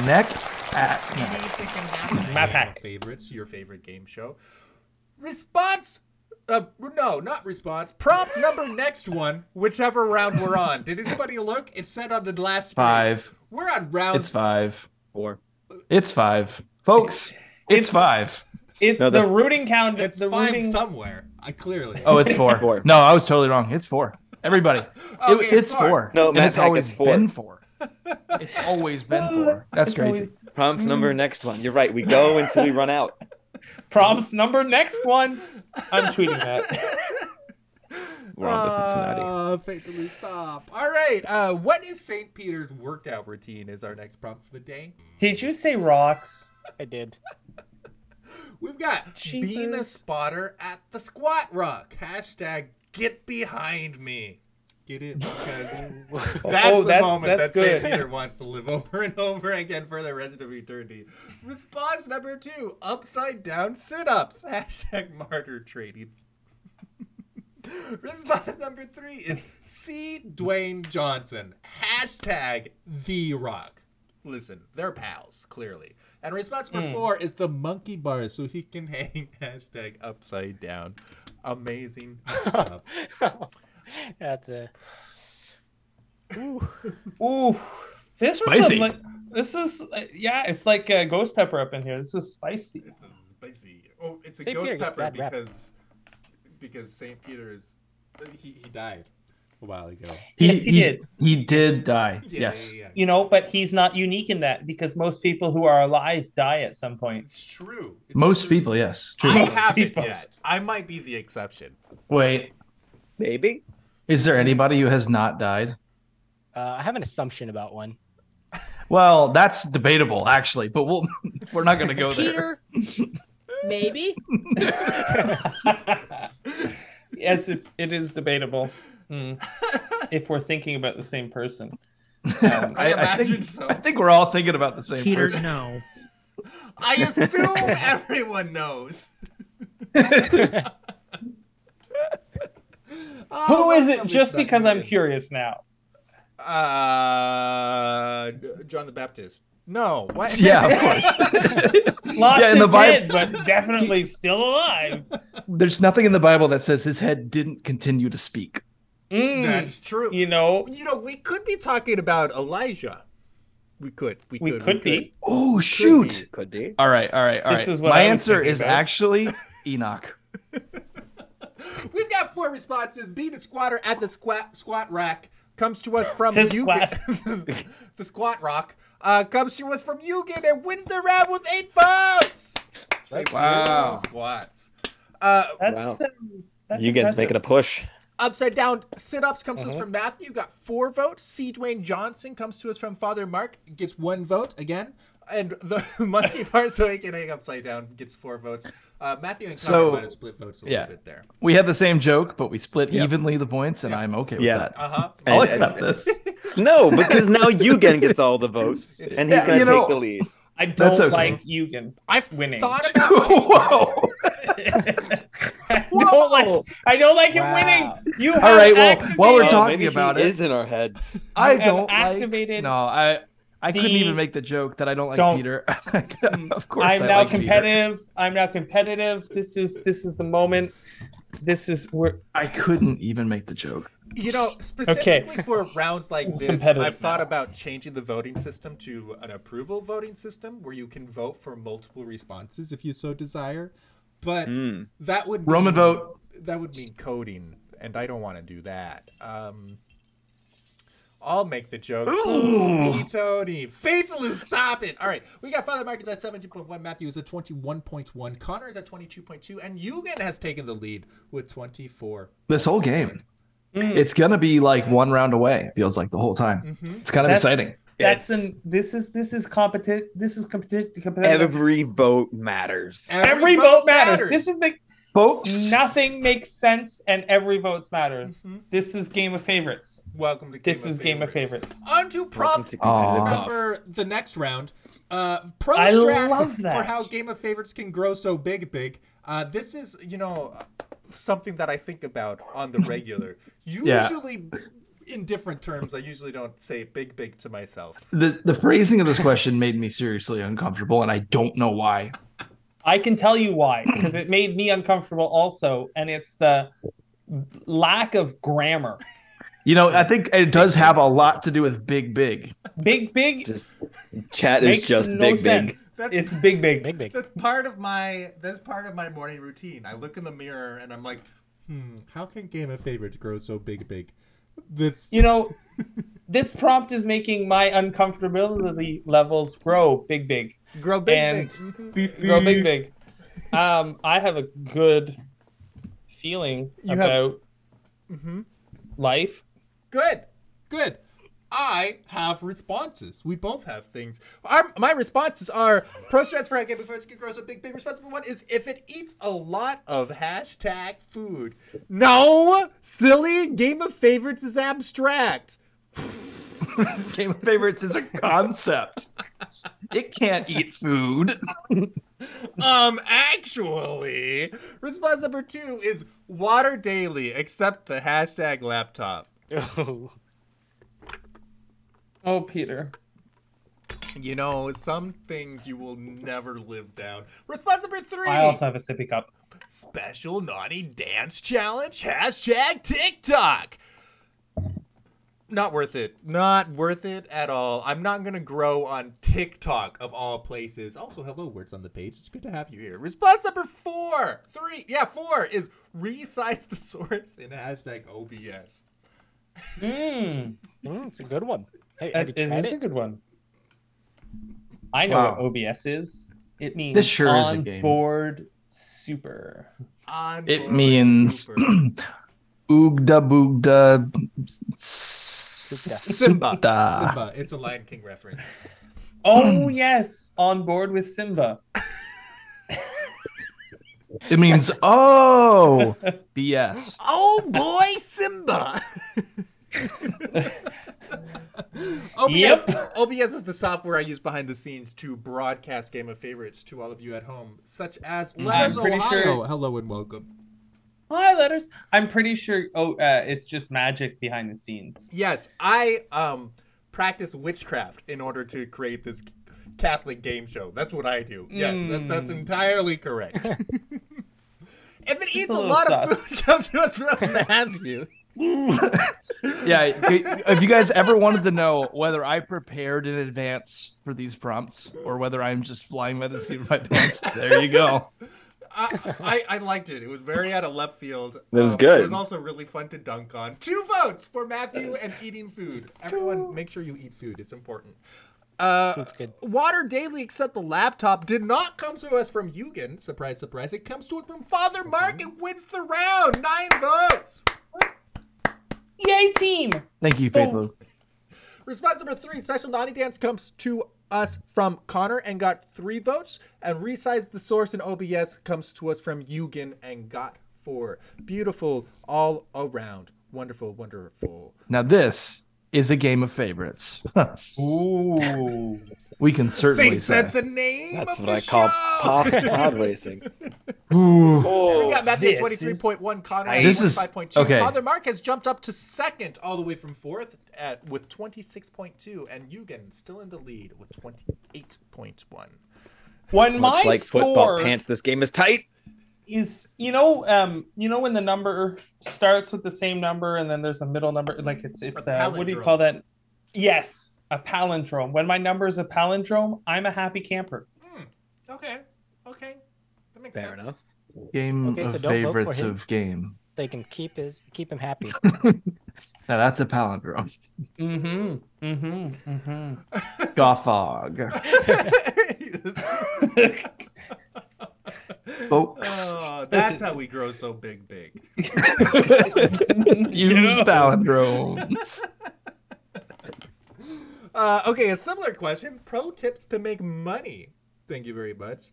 S4: Neck at
S2: TV Thinking Happening, one
S3: Map hack.
S2: of favorites, your favorite game show. Response. Uh, no, not response. Prompt number next one, whichever round we're on. Did anybody look? It's said on the last screen.
S4: five.
S2: We're on round
S4: It's five.
S5: Four.
S4: It's five. Folks, it's,
S3: It's-
S4: five.
S3: It,
S5: No,
S3: the,
S5: the-
S3: rooting count.
S2: It's
S3: the
S2: five
S3: rooting.
S2: somewhere. I clearly.
S4: Oh, it's four.
S5: Four.
S4: No, I was totally wrong. It's four. Everybody. It-
S2: [LAUGHS] Okay,
S4: it's
S2: it's four.
S4: four.
S5: No,
S4: and
S5: Matt
S4: it's
S5: Hack,
S4: always
S5: it's four.
S4: been four. It's always
S2: [LAUGHS]
S4: been four. That's
S3: It's always-
S4: crazy.
S5: Prompt number
S3: Hmm.
S5: next one. You're right. We go until we run out.
S3: Prompts number next one. I'm tweeting that.
S5: We're on to Cincinnati.
S9: Uh, fatally stop.
S2: Ah, All right. Uh, what is St. Peter's workout routine? Is our next prompt for the day.
S3: Did you say rocks?
S7: I did.
S2: We've got being a
S3: Jeepers.
S2: spotter at the squat rock. Hashtag get behind me. Get it? Because
S3: [LAUGHS]
S2: that's
S3: Oh,
S2: the
S3: that's-
S2: moment
S3: that's
S2: that St.
S3: good.
S2: Peter wants to live [LAUGHS] over and over again for the rest of eternity. Response number two upside down sit ups. [LAUGHS] Hashtag martyr trading. [LAUGHS] Response number three is see Dwayne Johnson. Hashtag The Rock. Listen, they're pals, clearly. And response number
S3: Hmm.
S2: four is the monkey bars so he can [LAUGHS] hang hashtag upside down.
S3: [LAUGHS]
S2: Amazing stuff.
S7: That's a
S3: Ooh, this
S4: Spicy.
S3: is some, like this is uh, yeah. It's like uh, ghost pepper up in here. This is spicy.
S2: it's a spicy. Oh, it's a
S7: Saint
S2: ghost
S7: Peter gets
S2: pepper
S7: bad rap.
S2: because because Saint Peter is he, he died a while
S4: [LAUGHS]
S2: ago.
S3: Yes, he did.
S4: He did die.
S2: Yeah,
S4: yes.
S2: yeah, yeah, yeah.
S3: You know, but he's not unique in that because most people who are alive die at some point.
S2: It's true. It's
S4: Most
S2: true.
S4: people, yes. True.
S2: I haven't
S3: people.
S2: yet. I might be the exception.
S4: Wait,
S5: Maybe.
S4: is there anybody who has not died?
S7: uh, I have an assumption about one.
S4: Well, that's debatable, actually, but we'll [LAUGHS] we're not going to go there.
S8: Peter, maybe.
S3: [LAUGHS] yes, it's it is debatable Hmm. if we're thinking about the same person.
S4: [LAUGHS]
S3: Um,
S2: I
S4: I, I
S2: imagine
S4: think
S2: so.
S4: I think we're all thinking about the same
S8: Peter,
S4: person.
S8: no.
S4: [LAUGHS]
S2: I assume everyone
S3: [LAUGHS]
S2: knows. Oh,
S3: who is
S2: welcome.
S3: it? Just
S2: It's not
S3: because I'm
S2: good.
S3: curious now.
S2: Uh, John the Baptist. No, what? [LAUGHS]
S4: Yeah, of course. [LAUGHS]
S3: Lost
S4: [LAUGHS] Yeah, in the
S3: his
S4: Bible-
S3: head,
S4: [LAUGHS]
S3: but definitely still alive.
S4: There's nothing in the Bible that says his head didn't continue to speak.
S3: Mm,
S2: That's true.
S3: you know,
S2: You know, we could be talking about Elijah. We could. We could.
S3: we could be.
S4: Oh shoot!
S5: Could be.
S4: All right, all right, all right.
S3: This is what
S4: My
S3: I was
S4: answer
S3: thinking
S4: is
S3: about. [LAUGHS]
S4: actually Enoch.
S2: We've got four responses. Beat a squatter at the squat squat rack comes to us from
S3: The
S2: Eugen. [LAUGHS] the squat rock uh, comes to us from Eugen and wins the round with eight votes. Say
S4: Wow.
S2: Squats. Uh,
S3: That's,
S5: Wow.
S3: um, that's
S5: you guys
S3: impressive.
S5: making a push.
S2: upside down sit ups comes to us from Matthew, got four votes. C. Dwayne Johnson comes to us from Father Mark, gets one vote again. And the [LAUGHS] monkey part, so he can hang upside down, gets four votes. Uh, Matthew and Connor
S4: So-
S2: might have split votes a
S4: yeah.
S2: little bit there.
S4: We had the same joke, but we split evenly the points, and I'm okay with
S5: Yeah.
S4: that.
S2: Uh huh.
S4: I'll
S5: And-
S4: accept this.
S5: [LAUGHS] No, because now Eugen gets all
S3: [LAUGHS]
S5: the votes, and he's
S4: Yeah,
S5: gonna
S4: you
S5: take
S4: know-
S5: the lead.
S3: I don't
S4: That's okay.
S3: like Eugen.
S2: I've
S3: Winning. [LAUGHS]
S2: thought about
S4: [LAUGHS] Whoa!
S3: I don't like. I don't like
S7: Wow.
S3: him winning. You
S4: All
S3: have
S4: right, well, while we're
S3: activated-
S4: talking
S5: Oh, maybe
S4: about
S5: he
S4: it.
S5: is in our heads.
S4: I
S3: You have
S4: don't
S3: activated
S4: like. No, I I couldn't
S3: the-
S4: even make the joke that I don't like
S3: Don't. Mm-hmm.
S4: Peter. [LAUGHS] of course,
S3: I'm
S4: I
S3: now
S4: like Peter.
S3: competitive. I'm now competitive. This is this is the moment. This is where
S4: I couldn't even make the joke.
S2: You know, specifically for rounds like this,
S3: competitive
S2: I've thought
S3: now.
S2: about changing the voting system to an approval voting system where you can vote for multiple responses if you so desire. But
S5: Mm. Hmm.
S2: that would mean,
S4: Roman vote.
S2: That would mean coding, and I don't want to do that. Um, I'll make the joke. Ooh, B. Tony, faithfully stop it. All right, we got Father Mark is at seventeen point one, Matthew is at twenty one point one, Connor is at twenty two point two, and Eugen has taken the lead with twenty four.
S4: This whole game,
S3: Mm.
S4: it's gonna be like one round away. It feels like the whole time. It's kind of
S3: Mm-hmm. That's-
S4: exciting.
S3: that's
S5: Yes.
S3: the this is this is competent. This is competent. competitive.
S5: Every vote matters.
S3: Every vote matters. This is the
S4: folks.
S3: Nothing makes sense, and every vote matters. This is game of favorites.
S2: Welcome to Game
S3: This
S2: of
S3: is game of
S2: Favorites.
S3: favorites.
S2: On to prompt
S5: to competitive
S4: Aw.
S5: golf.
S2: number the next round. Uh, pro
S3: I
S2: strat
S3: love
S2: [LAUGHS] for
S3: that.
S2: how game of favorites can grow so big, big. Uh, this is you know something that I think about on the
S3: [LAUGHS]
S2: regular.
S4: Yeah.
S2: Usually, in different terms, I usually don't say big, big to myself.
S4: The the phrasing of this question made me seriously uncomfortable, and I don't know why.
S3: I can tell you why, because it made me uncomfortable also, and it's the lack of grammar.
S4: You know, I think it does have a lot to do with big, big.
S3: Big, big
S5: Just chat is
S3: makes
S5: just
S3: no
S5: big, big.
S3: sense.
S2: That's-
S3: It's big, big.
S7: Big, big.
S2: That's part of my that's part of my morning routine. I look in the mirror and I'm like, hmm, how can game of favorites grow so big, big? That's
S3: You know, this prompt is making my uncomfortability levels grow big, big.
S2: grow big,
S3: and-
S2: big. Mhm.
S3: Grow big, big. Um, I have a good feeling
S2: You have-
S3: about
S2: Mhm.
S3: life.
S2: Good, good. I have responses. We both have things. Our, my responses are pro strats for a game before it's grow so big, big. Response number one is if it eats a lot of hashtag food. No, silly game of favorites is abstract.
S4: [LAUGHS] Game of favorites is a concept. It can't eat food.
S2: Um, actually, response number two is water daily, except the hashtag laptop.
S3: Oh, Peter.
S2: You know, some things you will never live down. Response number three
S3: I also have a sippy cup.
S2: special naughty dance challenge, hashtag TikTok. Not worth it. Not worth it at all. I'm not going to grow on TikTok of all places. Also, hello, words on the page. It's good to have you here. Response number four, three, yeah, four is resize the source in hashtag OBS.
S3: Mmm.
S7: Mm, it's a good one. Hey, have
S3: That
S7: you
S3: it
S7: tried
S3: is a
S7: it?
S3: good one. I know
S4: Wow.
S3: what OBS is. It means
S4: This sure is a
S3: on
S4: game.
S3: board super.
S2: On
S4: It
S2: board,
S4: means [CLEARS THROAT]
S2: super.
S4: oogda boogda s- s-
S2: Simba.
S4: supta.
S2: Simba. It's a Lion King reference.
S4: [CLEARS THROAT]
S3: Oh yes, on board with Simba.
S4: It [LAUGHS] means oh BS.
S2: Oh boy, Simba! [LAUGHS] OBS,
S3: Yep.
S2: OBS is the software I use behind the scenes to broadcast Game of Favorites to all of you at home, such as Letters
S3: pretty
S2: Ohio.
S3: sure-
S2: Hello and welcome.
S3: Hi letters. I'm pretty sure. Oh, uh, it's just magic behind the scenes.
S2: Yes, I um practice witchcraft in order to create this Catholic game show. That's what I do. Yes, that, that's entirely correct. if it eats a,
S3: a little
S2: lot of
S3: sus.
S2: food, [LAUGHS] come to us from Matthew.
S4: Yeah, if you guys ever wanted to know whether I prepared in advance for these prompts or whether I'm just flying by the seat of my pants, there you go.
S2: [LAUGHS] I, I liked it. It was very out of left field. Um,
S5: That was
S2: It
S5: good.
S2: was also really fun to dunk on. Two votes for Matthew and eating food. Everyone, make sure you eat food. It's important. Uh,
S7: It's good.
S2: Water Daily, except the laptop, did not come to us from Eugen. Surprise, surprise. It comes to us from Father Mark.
S5: Mm-hmm.
S2: It wins the round. Nine votes.
S3: Yay E team!
S4: Thank you, Faithful.
S2: Response number three, Special Naughty Dance comes to us from Connor and got three votes. And Resize the Source in OBS comes to us from Eugen and got four. Beautiful all around. Wonderful, wonderful.
S4: Now this is a game of favorites.
S3: Ooh.
S4: we can certainly
S2: They
S4: say.
S2: said the name
S5: That's
S2: of
S5: what I
S2: the
S5: call
S2: show. [LAUGHS]
S5: pod,
S4: [LAUGHS]
S5: pod racing.
S4: Ooh.
S2: We got Matthew at
S3: This
S2: 23.1, Connor at
S4: This is-
S2: 25.2.
S4: okay.
S2: Father Mark has jumped up to second all the way from fourth at with 26.2, and Eugen still in the lead with 28.1.
S3: When my
S5: Much like
S3: score
S5: football pants, this game is tight.
S3: is you know um you know when the number starts with the same number and then there's a middle number like it's it's
S2: A
S3: uh, what do you
S2: palindrome.
S3: call that yes a palindrome when my number is a palindrome i'm a happy camper
S2: Okay. Okay. That makes
S5: Fair enough.
S4: Game
S7: Okay, so
S4: of
S7: don't vote for
S4: favorites
S7: him.
S4: of game.
S7: They can keep his keep him happy.
S4: Now that's a palindrome. [LAUGHS]
S3: mm-hmm mm-hmm [LAUGHS] mm-hmm
S4: Goffog.
S2: [LAUGHS]
S4: [LAUGHS] Folks.
S2: Oh, that's how we grow so big, big.
S4: Use palindromes.
S2: Uh, okay, a similar question. Pro tips to make money. Thank you very much.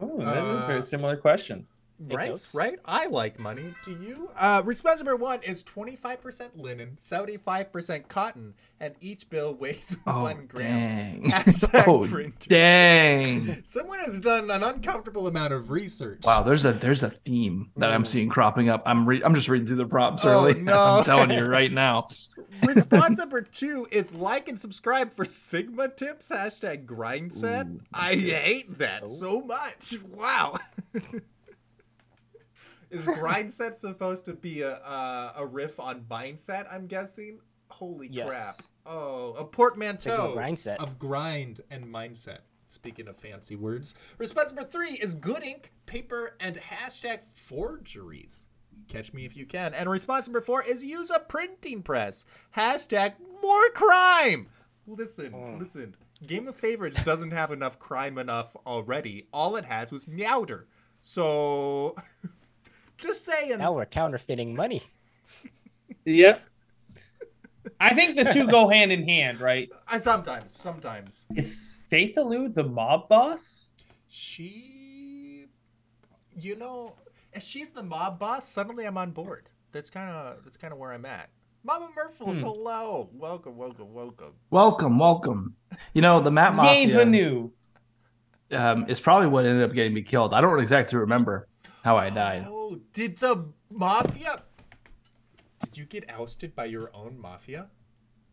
S3: oh that is a
S2: Uh,
S3: very similar question
S7: It
S2: right,
S7: goes.
S2: right. I like money. Do you? Uh, response number one is 25% linen, 75% cotton, and each bill weighs [LAUGHS] [LAUGHS]
S4: Oh,
S2: one gram.
S4: dang.
S2: Hashtag
S4: [LAUGHS] Oh,
S2: printer. [LAUGHS]
S4: Dang.
S2: Someone has done an uncomfortable amount of research.
S4: Wow, there's a there's a theme that I'm seeing cropping up. I'm re- I'm just reading through the prompts
S2: Oh,
S4: early. [LAUGHS]
S2: no.
S4: I'm telling you right now.
S2: Response number two is like and subscribe for Sigma tips. Hashtag grind set. I hate that so much. Wow. [LAUGHS] is grind set supposed to be a uh, a riff on mindset? I'm guessing. Holy
S7: Yes.
S2: crap! Oh, a
S7: Sigma
S2: portmanteau
S7: grind set.
S2: of grind and mindset. Speaking of fancy words, response number three is good ink, paper, and hashtag forgeries. Catch me if you can. And response number four is use a printing press. Hashtag more crime. Listen,
S7: Mm.
S2: listen. Game of Favorites doesn't have enough crime enough already. All it has was meowder. So, [LAUGHS] just saying.
S7: Now we're counterfeiting money.
S3: Yep. I think the two go hand in hand, right?
S2: And sometimes, sometimes
S3: Is Faith Alou the mob boss?
S2: she, you know, if she's the mob boss, suddenly I'm on board. That's kind of that's kind of where I'm at. Mama Murphles,
S4: Hmm.
S2: hello, welcome, welcome, welcome.
S4: Welcome, welcome. You know the Matt Mafia
S3: Bienvenue.
S4: um, is probably what ended up getting me killed. I don't exactly remember how I died.
S2: Oh, did the mafia? Did you get ousted by your own mafia?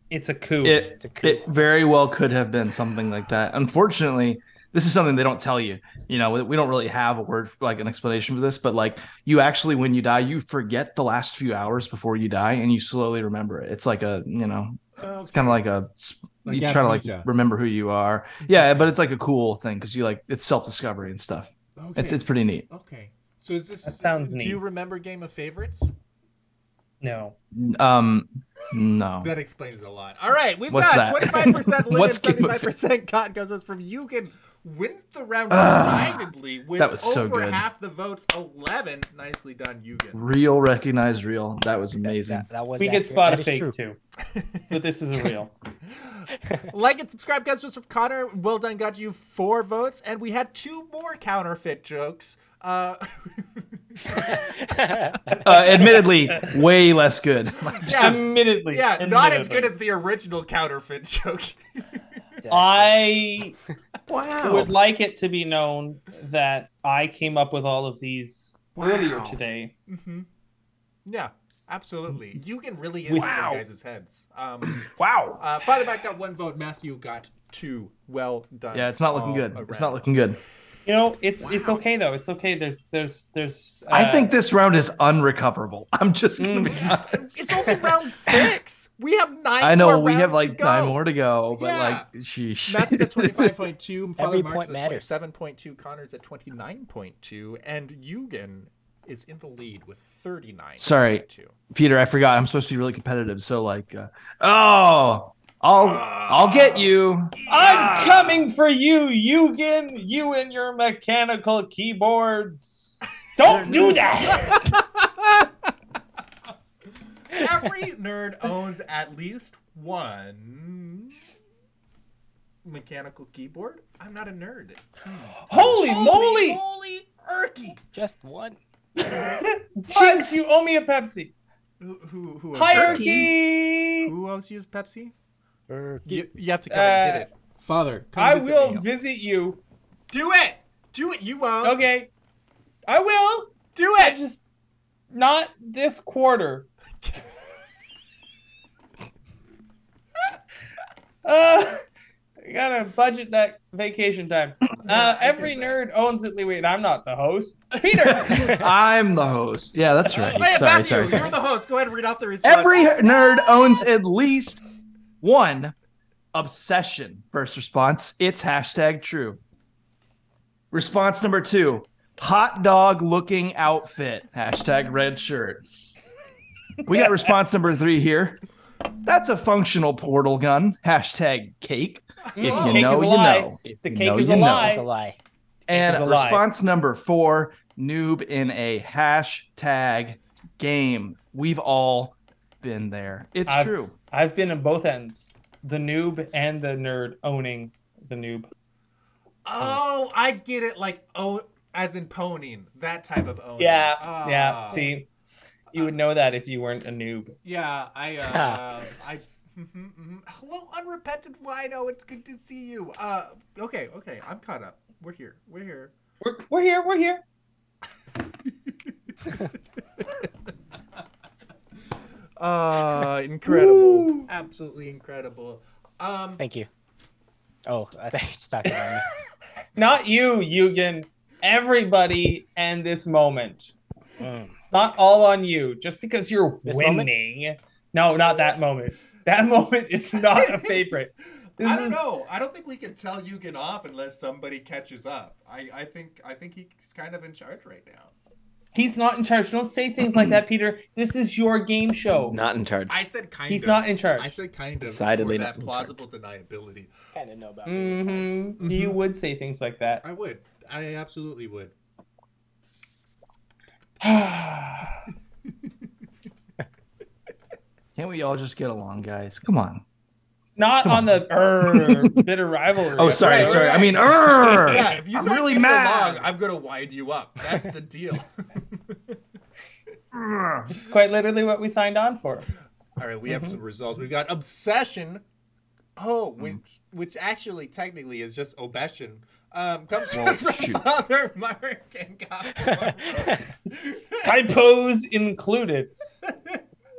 S3: It's a coup.
S4: It,
S7: It's a coup.
S4: it very well could have been something like that. Unfortunately, this is something they don't tell you. You know, we- we don't really have a word for, like an explanation for this, but like you actually, when you die, you forget the last few hours before you die, and you slowly remember it. It's like a you know, it's kind of like a s-
S9: Like
S4: you try to like
S9: amnesia.
S4: remember who you are. Yeah, but it's like a cool thing because you like it's self discovery and stuff.
S2: Okay.
S4: It's it's pretty neat.
S2: okay. So is this?
S3: That sounds
S2: do
S3: neat.
S2: you remember Game of Favorites?
S3: No.
S4: Um, no.
S2: That explains a lot. All right, we've
S4: What's
S2: got
S4: that?
S2: 25%
S4: [LAUGHS]
S2: linen,
S4: What's Game of
S2: 75% cotton goes us from Eugen wins the round
S4: Ah,
S2: decidedly with
S4: that was so
S2: over
S4: good.
S2: half the votes, 11. Nicely done, Eugen.
S4: Real recognized real. That was amazing.
S7: That, that was
S3: We
S7: accurate.
S3: get spot
S7: That
S3: a
S7: is
S3: fake
S7: true.
S3: too. But this is a real.
S2: like and subscribe, guys. Just from Connor, well done, got you four votes, and we had two more counterfeit jokes. Uh, [LAUGHS]
S4: Uh,
S3: [LAUGHS]
S4: admittedly, way less good. [LAUGHS]
S2: yes,
S3: Admittedly.
S2: yeah, not as
S3: admittedly.
S2: good as the original counterfeit [LAUGHS] joke.
S3: I
S4: Wow.
S3: would like it to be known that I came up with all of these earlier today.
S2: hmm Yeah, absolutely. Eugen really is
S3: We-
S2: in
S3: Mm. Wow.
S2: you guys' heads.
S3: [CLEARS THROAT]
S2: Um,
S4: Wow.
S2: Uh, Father Matt got one vote. Matthew got two. Well done.
S4: Yeah, it's not looking
S9: Oh,
S2: all
S4: good. It's not
S2: around.
S4: looking good.
S3: You know, it's it's okay though. It's okay. There's there's there's
S4: I
S3: uh,
S4: think this round is unrecoverable. [LAUGHS] I'm just gonna be honest.
S2: It's only round six. We have nine.
S4: [LAUGHS] I know
S2: more
S4: we
S2: rounds
S4: have
S2: to
S4: like nine
S2: go.
S4: more to go, but
S2: Yeah.
S4: like, sheesh.
S2: Matthew's
S4: [LAUGHS]
S2: at twenty-five point two. Father
S7: Every
S2: Mark's
S7: point
S2: at
S7: matters.
S2: twenty-seven point two. Connor's at twenty-nine point two, and Eugen is in the lead with thirty-nine.
S4: Sorry,
S2: Two.
S4: Peter. I forgot. I'm supposed to be really competitive. So like, uh, oh, I'll I'll get [LAUGHS] you.
S3: I'm coming for you, Eugen. You and your mechanical keyboards. Don't do that.
S2: Every nerd owns at least one mechanical keyboard. I'm not a nerd.
S3: Holy moly,
S2: Holy Erky!
S7: Just one.
S3: Jinx! You owe me a Pepsi.
S2: Who who who?
S3: Hierarchy.
S2: Who else used Pepsi?
S7: Er,
S2: You, you have to come and get it.
S9: Father, come
S3: Uh, I
S9: visit
S3: will
S9: me.
S3: visit you.
S2: Do it! Do it! You won't.
S3: Okay, I will.
S2: Do
S3: I
S2: it!
S3: just not this quarter. [LAUGHS] uh, I gotta budget that vacation
S9: [LAUGHS]
S3: time. Uh,
S2: get
S3: every nerd owns it. Wait, I'm not the host.
S9: [LAUGHS]
S3: Peter, [LAUGHS]
S4: I'm the host.
S2: [LAUGHS]
S4: Yeah, that's right.
S2: Wait,
S4: sorry,
S2: Matthew,
S4: sorry,
S2: you're
S4: sorry.
S2: the host. Go ahead and read off the response.
S4: Every nerd owns at least one obsession. First response, it's hashtag true. Response number two, hot dog looking outfit. Hashtag red shirt. We got response number three here. That's a functional portal gun. Hashtag cake. If you
S3: Mm. cake
S4: know,
S3: is a
S4: you
S3: lie.
S4: know. If
S3: The
S4: you
S3: cake
S4: know,
S3: is
S4: you
S3: a
S4: know.
S3: lie.
S7: That's a lie.
S4: And
S3: is a lie.
S4: response number four, noob in a hashtag game. We've all been there. It's
S3: I've-
S4: true.
S3: I've been in both ends, the noob and the nerd owning the noob.
S2: Oh, I get it. Like, oh, as in poning, that type of owning.
S3: Yeah,
S2: Ah.
S3: yeah. See, you would know that if you weren't a noob.
S2: Yeah,
S3: [LAUGHS]
S2: I, uh, I. mhm, mhm. Hello, unrepentant wino. It's good to see you. Uh, okay, okay, I'm caught up. We're here. We're here.
S3: We're, we're here. We're here.
S2: Uh, incredible. Absolutely incredible. Um,
S7: Thank you. Oh, I [LAUGHS] think it's talking about me.
S3: Not you, Eugen. Everybody and this moment.
S7: Mm.
S3: It's not all on you. Just because you're
S7: This moment?
S3: winning. No, not that moment. That [LAUGHS] moment is not a favorite.
S2: [LAUGHS]
S3: This
S2: I don't
S3: is
S2: know. I don't think we can tell Eugen off unless somebody catches up. I, I think I think he's kind of in charge right now.
S3: he's not in charge. Don't say things like that, Peter. This is your game show.
S5: He's not in charge.
S2: I said kind
S3: He's
S2: of.
S3: not in charge.
S2: I said kind of
S5: Decidedly
S2: for
S5: not
S2: that
S5: in
S2: plausible deniability.
S7: kind of know about me.
S2: Mm-hmm.
S3: hmm You would say things like
S2: [LAUGHS]
S3: that.
S2: I would. I absolutely would.
S4: Can't we all just get along, guys? Come on.
S3: Not on the
S2: [LAUGHS]
S3: er, bitter rivalry.
S4: Oh, sorry,
S2: right,
S4: sorry.
S2: right. [LAUGHS]
S4: I mean, err.
S2: Yeah, if you
S4: I'm
S2: start
S4: really
S2: getting
S4: mad.
S2: along, I'm gonna wind you up. That's the
S3: [LAUGHS]
S2: deal.
S4: Err.
S3: It's quite literally what we signed on for.
S2: All right, we have some results. We've got obsession. Oh, which which actually technically is just obsession. Um, comes to us from Father Mark and
S4: [LAUGHS]
S2: God.
S3: Typos included.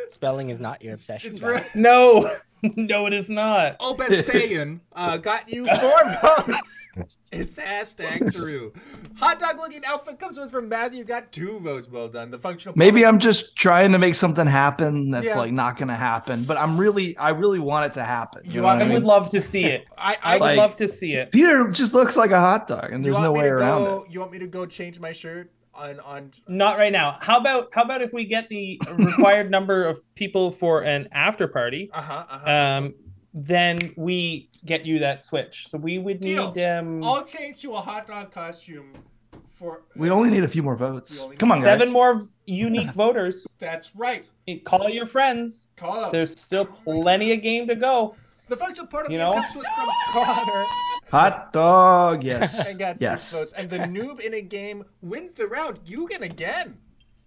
S7: Spelling is not your obsession.
S2: it's
S7: guys.
S2: re-
S3: No, [LAUGHS] no, it is not.
S2: Obessayan uh, got you
S4: [LAUGHS]
S2: four votes. It's hashtag true. Hot dog looking outfit comes to us from Matthew. Got two votes. Well done. The functional.
S4: Maybe I'm just trying to make something happen that's
S2: Yeah.
S4: like not going to happen, but I'm really, I really want it to happen. You,
S2: You
S4: know
S2: want
S3: I
S4: what I
S2: me
S4: mean?
S3: would love to see it.
S2: I, I,
S3: I would
S4: Like-
S3: love to see it.
S4: Peter just looks like a hot dog, and
S2: you
S4: there's
S2: want
S4: no
S2: me
S4: way
S2: to
S4: around
S2: go,
S4: it.
S2: You want me to go change my shirt on on?
S3: Not right now. How about how about if we get the required number of people for an after party?
S2: Uh huh. Uh huh.
S3: Um, then we get you that switch. So we would
S2: Deal.
S3: need um
S2: I'll change to a hot dog costume. For
S4: We only need a few more
S2: We
S4: votes.
S2: only
S4: Come
S2: need
S4: on, guys.
S3: seven more unique voters.
S2: That's right.
S3: Call your friends.
S2: Call up.
S3: There's still plenty of game to go.
S2: the functional portal
S3: you
S2: game
S3: know?
S2: comes to us from Connor
S4: Hot
S2: [LAUGHS]
S4: dog. Yes.
S2: and got
S4: yes.
S2: six votes. And the noob in a game wins the round. Eugen again.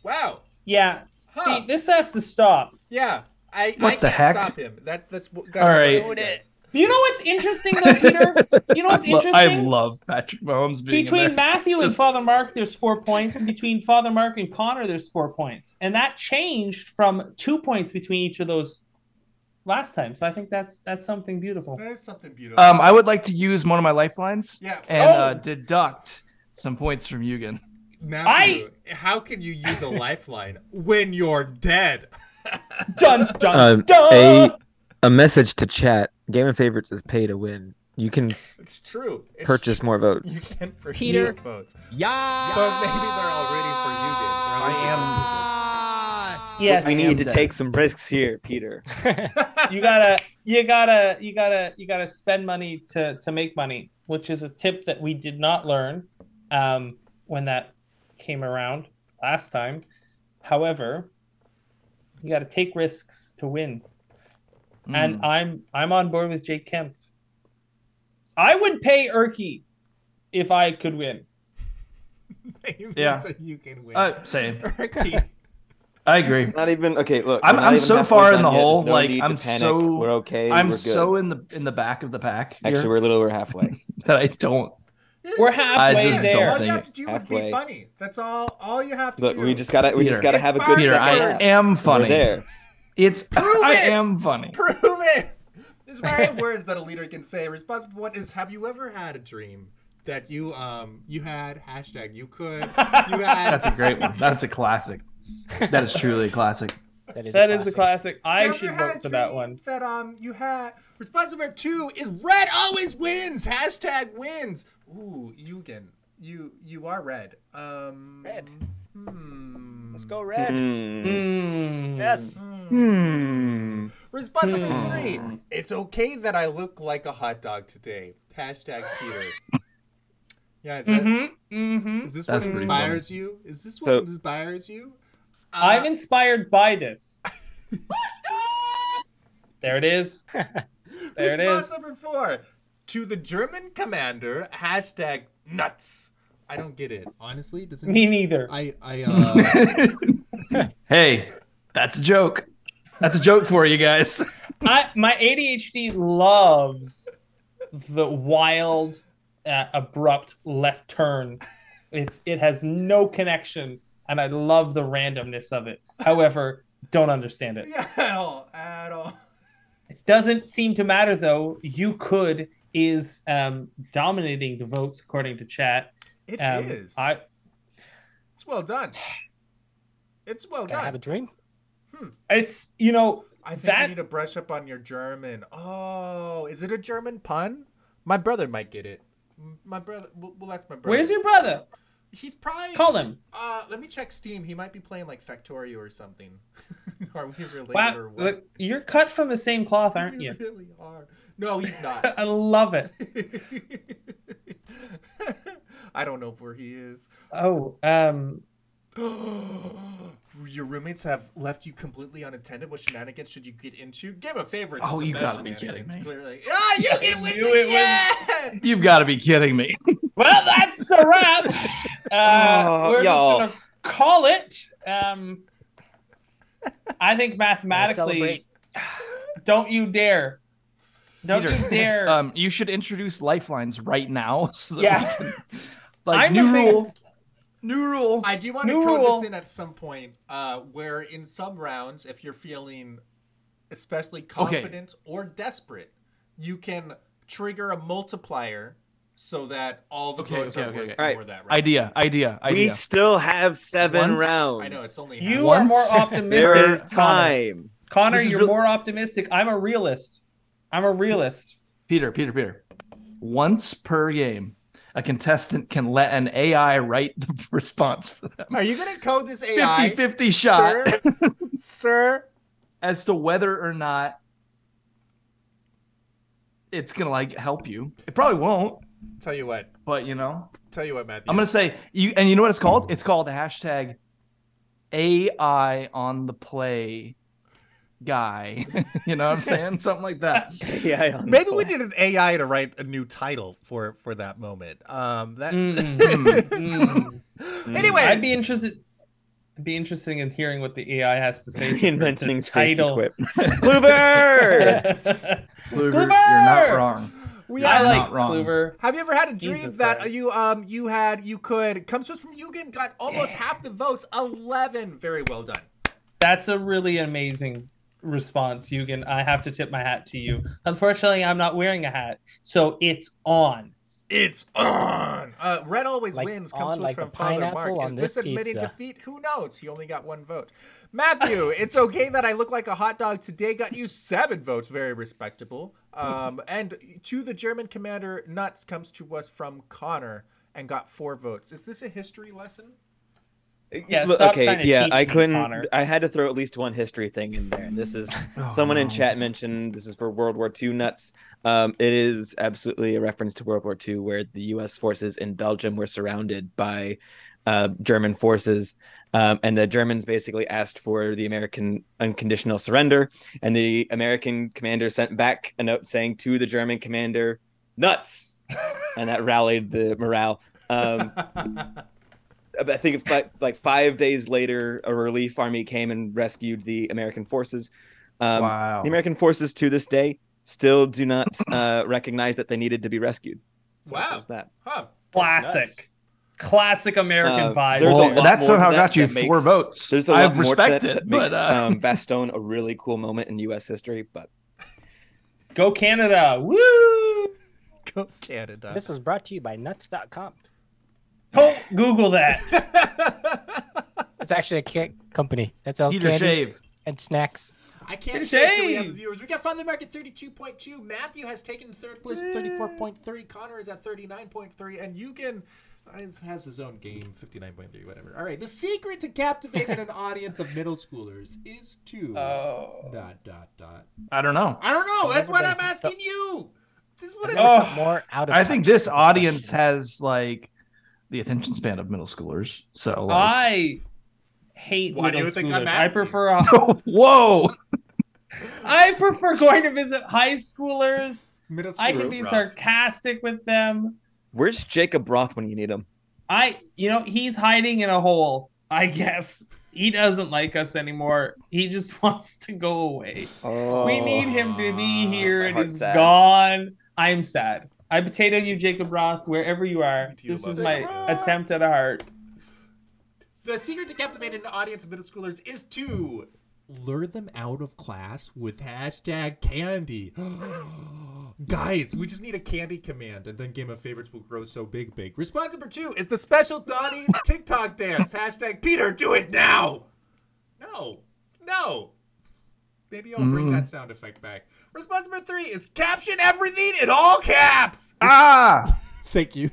S2: Wow.
S3: Yeah.
S2: Huh.
S3: See, this has to stop.
S2: Yeah. I, I
S4: What
S2: can't
S4: the heck?
S2: stop him. That that's what
S4: All right.
S3: You know what's interesting though, Peter? You know [LAUGHS]
S4: [LAUGHS]
S3: what's
S4: I, lo-
S3: interesting?
S4: I love Patrick Mahomes being
S3: between
S4: in there.
S3: Matthew and
S4: Just-
S3: Father Mark, there's four points, and between Father Mark and Connor, there's four points, and that changed from two points between each of those last time. So I think that's that's something beautiful.
S2: That is something beautiful.
S4: um, I would like to use one of my lifelines
S2: yeah.
S4: and
S3: Oh.
S4: uh, deduct some points from Eugen.
S2: Matthew, how can you use a lifeline when you're dead? [LAUGHS]
S3: Dun dun
S5: Uh,
S10: Um,
S3: dun.
S10: a- A message to chat. Game of favorites is pay to win. You can
S2: It's true. It's
S10: purchase
S2: tr-
S10: more
S2: You
S10: votes.
S2: can purchase
S7: Peter.
S2: votes.
S10: Yeah.
S2: But maybe they're already for Eugen. They're already
S3: yes,
S5: we
S4: am
S5: need to
S4: dead.
S5: take some risks here, Peter.
S3: you gotta you gotta you gotta you gotta spend money to to make money, which is a tip that we did not learn um, when that came around last time. However, you gotta take risks to win. and I'm I'm on board with Jake Kemp. I would pay Erky if I could win.
S2: [LAUGHS] Maybe
S4: Yeah.
S2: so you can win.
S4: uh, same.
S2: [LAUGHS] Ricky,
S4: I agree.
S5: Not even okay. Look,
S4: I'm-
S5: we're not
S4: I'm
S5: even
S4: so
S5: halfway
S4: far in
S5: done
S4: the
S5: yet. There's
S4: hole,
S5: no
S4: like,
S5: need to
S4: I'm
S5: panic.
S4: so-
S5: we're okay.
S4: I'm
S5: we're good.
S4: so in the in the back of the pack here
S5: actually we're a little over [LAUGHS] halfway.
S4: that I don't.
S3: We're
S4: I
S3: halfway
S4: just
S3: there.
S4: don't
S2: All you
S4: think-
S2: have to do is be
S5: Halfway.
S2: funny. That's all. All you have to
S5: Look,
S2: do.
S5: we just gotta we just
S4: Peter.
S5: gotta
S2: It's
S5: have a
S2: fine,
S5: good
S4: Peter,
S5: second
S4: I
S5: half.
S4: am
S5: We're
S4: funny.
S5: there.
S4: It's
S2: Prove
S4: I
S2: it!
S4: am funny.
S2: [LAUGHS] prove it. There's various words that a leader can say. Responsible one is: Have you ever had a dream that you um you had hashtag you could you had
S4: That's a great one. That's a classic. That is truly a classic.
S7: That is
S3: That
S7: a
S3: is a classic.
S7: classic.
S3: I
S2: Have you
S3: should
S2: had
S3: vote for that
S2: dreams
S3: one.
S2: That um you had. Responsible number two is red always wins hashtag wins. Ooh, Eugen, you you are red. Um,
S7: Red.
S2: Hmm.
S7: Let's go red.
S5: Mm.
S3: Mm.
S7: Yes.
S5: Hmm.
S2: Response number three. It's okay that I look like a hot dog today. Hashtag Peter. Yeah, is, that,
S3: Mm-hmm. Mm-hmm.
S2: is this
S4: That's
S2: what
S4: pretty
S2: inspires you? Is this what
S5: So-
S2: inspires you? Uh,
S3: I'm inspired by [LAUGHS] this. there it [LAUGHS] is.
S2: Uh,
S3: There it
S2: response
S3: is.
S2: number four. To the German commander, hashtag nuts. I don't get it. Honestly, doesn't
S3: Me neither.
S2: I I
S3: [LAUGHS]
S2: uh
S4: [LAUGHS]
S2: [LAUGHS]
S4: hey, that's a joke. That's a joke for you guys.
S3: I my ADHD loves the wild, uh, abrupt left turn. It's it has no connection, and I love the randomness of it. However, don't understand it.
S2: yeah, at all at all.
S3: It doesn't seem to matter though. You could is um, dominating the votes according to chat.
S2: It is.
S3: Um, I
S2: It's well done. It's well
S7: Gotta have
S2: done.
S7: a dream.
S3: it's you know
S2: I think you
S3: that
S2: need to brush up on your German. Oh, is it a German pun? My brother might get it. M- My brother. Well, well, that's my brother.
S3: where's your brother?
S2: He's probably.
S3: Call him.
S2: Uh, let me check Steam. He might be playing like Factorio or something. [LAUGHS] are we related or
S3: Wow,
S2: what?
S3: look, you're cut from the same cloth, aren't
S2: we
S3: you? [LAUGHS]
S2: really are. No, he's not. [LAUGHS]
S3: I love it.
S2: I don't know where he is.
S3: Oh, um,
S2: [GASPS] Your roommates have left you completely unattended. What shenanigans should you get into? Give a favor.
S4: Oh, you gotta be kidding me.
S2: Clearly. [LAUGHS] Ah, you can win
S3: knew it was-
S2: again.
S4: You've got to be kidding me.
S3: well, that's a wrap. Uh,
S5: Oh,
S3: we're
S5: y'all.
S3: just gonna call it. Um, I think mathematically,
S7: celebrate.
S3: don't you dare, don't
S4: Peter,
S3: you dare.
S4: [LAUGHS] Um, you should introduce lifelines right now. So that
S3: Yeah.
S4: We can, like
S3: I'm
S4: new
S3: a big-
S4: rule. New rule.
S2: I do want to
S3: New
S2: code
S3: rule.
S2: this in at some point, uh, where in some rounds, if you're feeling especially confident or desperate, you can trigger a multiplier so that all the
S4: Okay,
S2: votes
S4: okay,
S2: are
S4: okay,
S2: worth
S4: okay.
S2: more
S5: Alright.
S2: that round.
S4: idea. Idea.
S5: We
S4: Idea.
S5: still have seven
S4: Once-
S5: rounds.
S2: I know it's only half.
S3: you are
S4: Once-
S3: more
S5: There
S3: optimistic.
S5: is time.
S3: Connor,
S4: This is
S3: you're
S4: real-
S3: more optimistic. I'm a realist. I'm a realist.
S4: Peter. Peter. Peter. Once per game, a contestant can let an AI write the [LAUGHS] response for them.
S2: Are you gonna code this AI?
S4: 50-50 shot
S2: Sir? Sir?
S4: [LAUGHS] as to whether or not it's gonna like help you. It probably won't,
S2: Tell you what.
S4: but you know.
S2: Tell you what, Matthew.
S4: I'm gonna say you, and you know what it's called? It's called hashtag AI on the play guy. [LAUGHS] you know what I'm saying? Something like that.
S5: Yeah, I
S2: Maybe we need an AI to write a new title for for that moment. Um, that. [LAUGHS] hmm. anyway,
S3: Mm. I'd be interested. I'd be interested in hearing what the AI has to
S5: [LAUGHS]
S3: say. for
S5: Reinventing
S3: the
S5: safety
S3: [LAUGHS]
S5: quip. Kluber!
S4: Kluver,
S3: Kluver!
S4: you're not wrong.
S2: we
S3: I
S4: You're
S2: are-
S3: like
S4: not wrong.
S3: Kluver.
S2: Have you ever had a
S3: He's
S2: dream
S3: a
S2: that
S3: friend.
S2: you um you had you could comes to us from Eugen got almost half the votes eleven very well done
S3: That's a really amazing response, Eugen. I have to tip my hat to you. Unfortunately, I'm not wearing a hat, so it's on.
S2: it's on uh, red always
S7: Like
S2: wins
S7: on,
S2: comes to us
S7: like
S2: from
S7: the
S2: Father Mark
S7: pineapple
S2: is
S7: on
S2: this,
S7: this
S2: admitting
S7: pizza.
S2: defeat who knows he only got one vote
S7: [LAUGHS]
S2: Matthew it's okay that I look like a hot dog today got you seven votes very respectable
S7: [LAUGHS]
S2: um and to the German commander nuts comes to us from Connor and got four votes is this a history lesson [LAUGHS]
S3: Yeah,
S5: Look,
S3: stop
S5: okay,
S3: trying to
S5: yeah,
S3: teach
S5: I
S3: me,
S5: couldn't.
S3: Connor.
S5: I had to throw at least one history thing in there. And this is
S4: Oh,
S5: someone in
S4: no.
S5: chat mentioned this is for World War II nuts. Um, it is absolutely a reference to World War II, where the U.S. forces in Belgium were surrounded by uh, German forces, um, and the Germans basically asked for the American unconditional surrender, and the American commander sent back a note saying to the German commander,
S4: [LAUGHS]
S5: "Nuts," and that rallied the morale. Um, I think if like, like five days later, a relief army came and rescued the American forces. Um,
S4: wow.
S5: The American forces to this day still
S4: [LAUGHS]
S5: do not uh, recognize that they needed to be rescued. So
S2: Wow.
S5: there's that.
S2: huh
S3: Classic, classic American
S5: Uh,
S3: vibe.
S5: there's a
S4: well,
S5: lot
S4: that
S5: more
S4: somehow
S5: to that
S4: got you
S5: that
S4: four
S5: makes-
S4: votes.
S5: There's a
S4: I
S5: lot more to
S4: respect
S5: that that
S4: it,
S5: makes
S4: but
S2: [LAUGHS]
S4: uh, [LAUGHS]
S5: um, Bastogne a really cool moment in U.S. history. But
S3: Go Canada! Woo!
S2: go Canada
S7: This was brought to you by nuts.com.
S3: Don't Google that.
S2: [LAUGHS]
S7: [LAUGHS] It's actually a ca- company that sells
S4: Peter
S7: candy
S4: Shave.
S7: and snacks.
S2: I can't
S3: Good
S2: say it till we have the
S3: shade.
S2: viewers. We got Father Mark at 32.2. Matthew has taken third place with 34.3. Connor is at 39.3. And Eugen has- has his own game, 59.3, whatever. All right. The secret to captivating an audience of middle schoolers is to.
S3: Oh.
S2: Dot, dot, dot.
S4: I don't know.
S2: I don't know. That's what I'm
S7: Everybody-
S2: asking you. This is what I'm
S3: Oh.
S7: But more out of
S4: I think
S7: touch
S4: this
S7: is the
S4: audience
S7: question.
S4: has like the attention span of middle schoolers. So like,
S3: I hate
S2: Why do
S3: middle
S2: you think I'm
S3: schoolers. I
S2: asking?
S3: prefer
S2: [LAUGHS]
S3: a
S4: [LAUGHS] whoa.
S3: I prefer going to visit high schoolers.
S2: Middle school
S3: I can be sarcastic with them.
S5: where's Jacob Roth when you need him?
S3: I, you know, he's hiding in a hole. I guess he doesn't like us anymore. He just [LAUGHS] wants to go away.
S2: Oh,
S3: we need him to be here, and
S5: heart's
S3: he's
S5: sad.
S3: gone. I'm sad. I potato you, Jacob Roth, wherever you are. This is my attempt at a heart.
S2: The secret to captivating an audience of middle schoolers is to lure them out of class with hashtag candy. [GASPS] Guys, we just need a candy command, and then Game of Favorites will grow so big, big. Response number two is the special Donnie TikTok dance. Hashtag Peter, do it now! No, no. Maybe I'll bring
S4: Mm.
S2: that sound effect back. Response number three is caption everything in all caps!
S4: Ah!
S9: Thank you.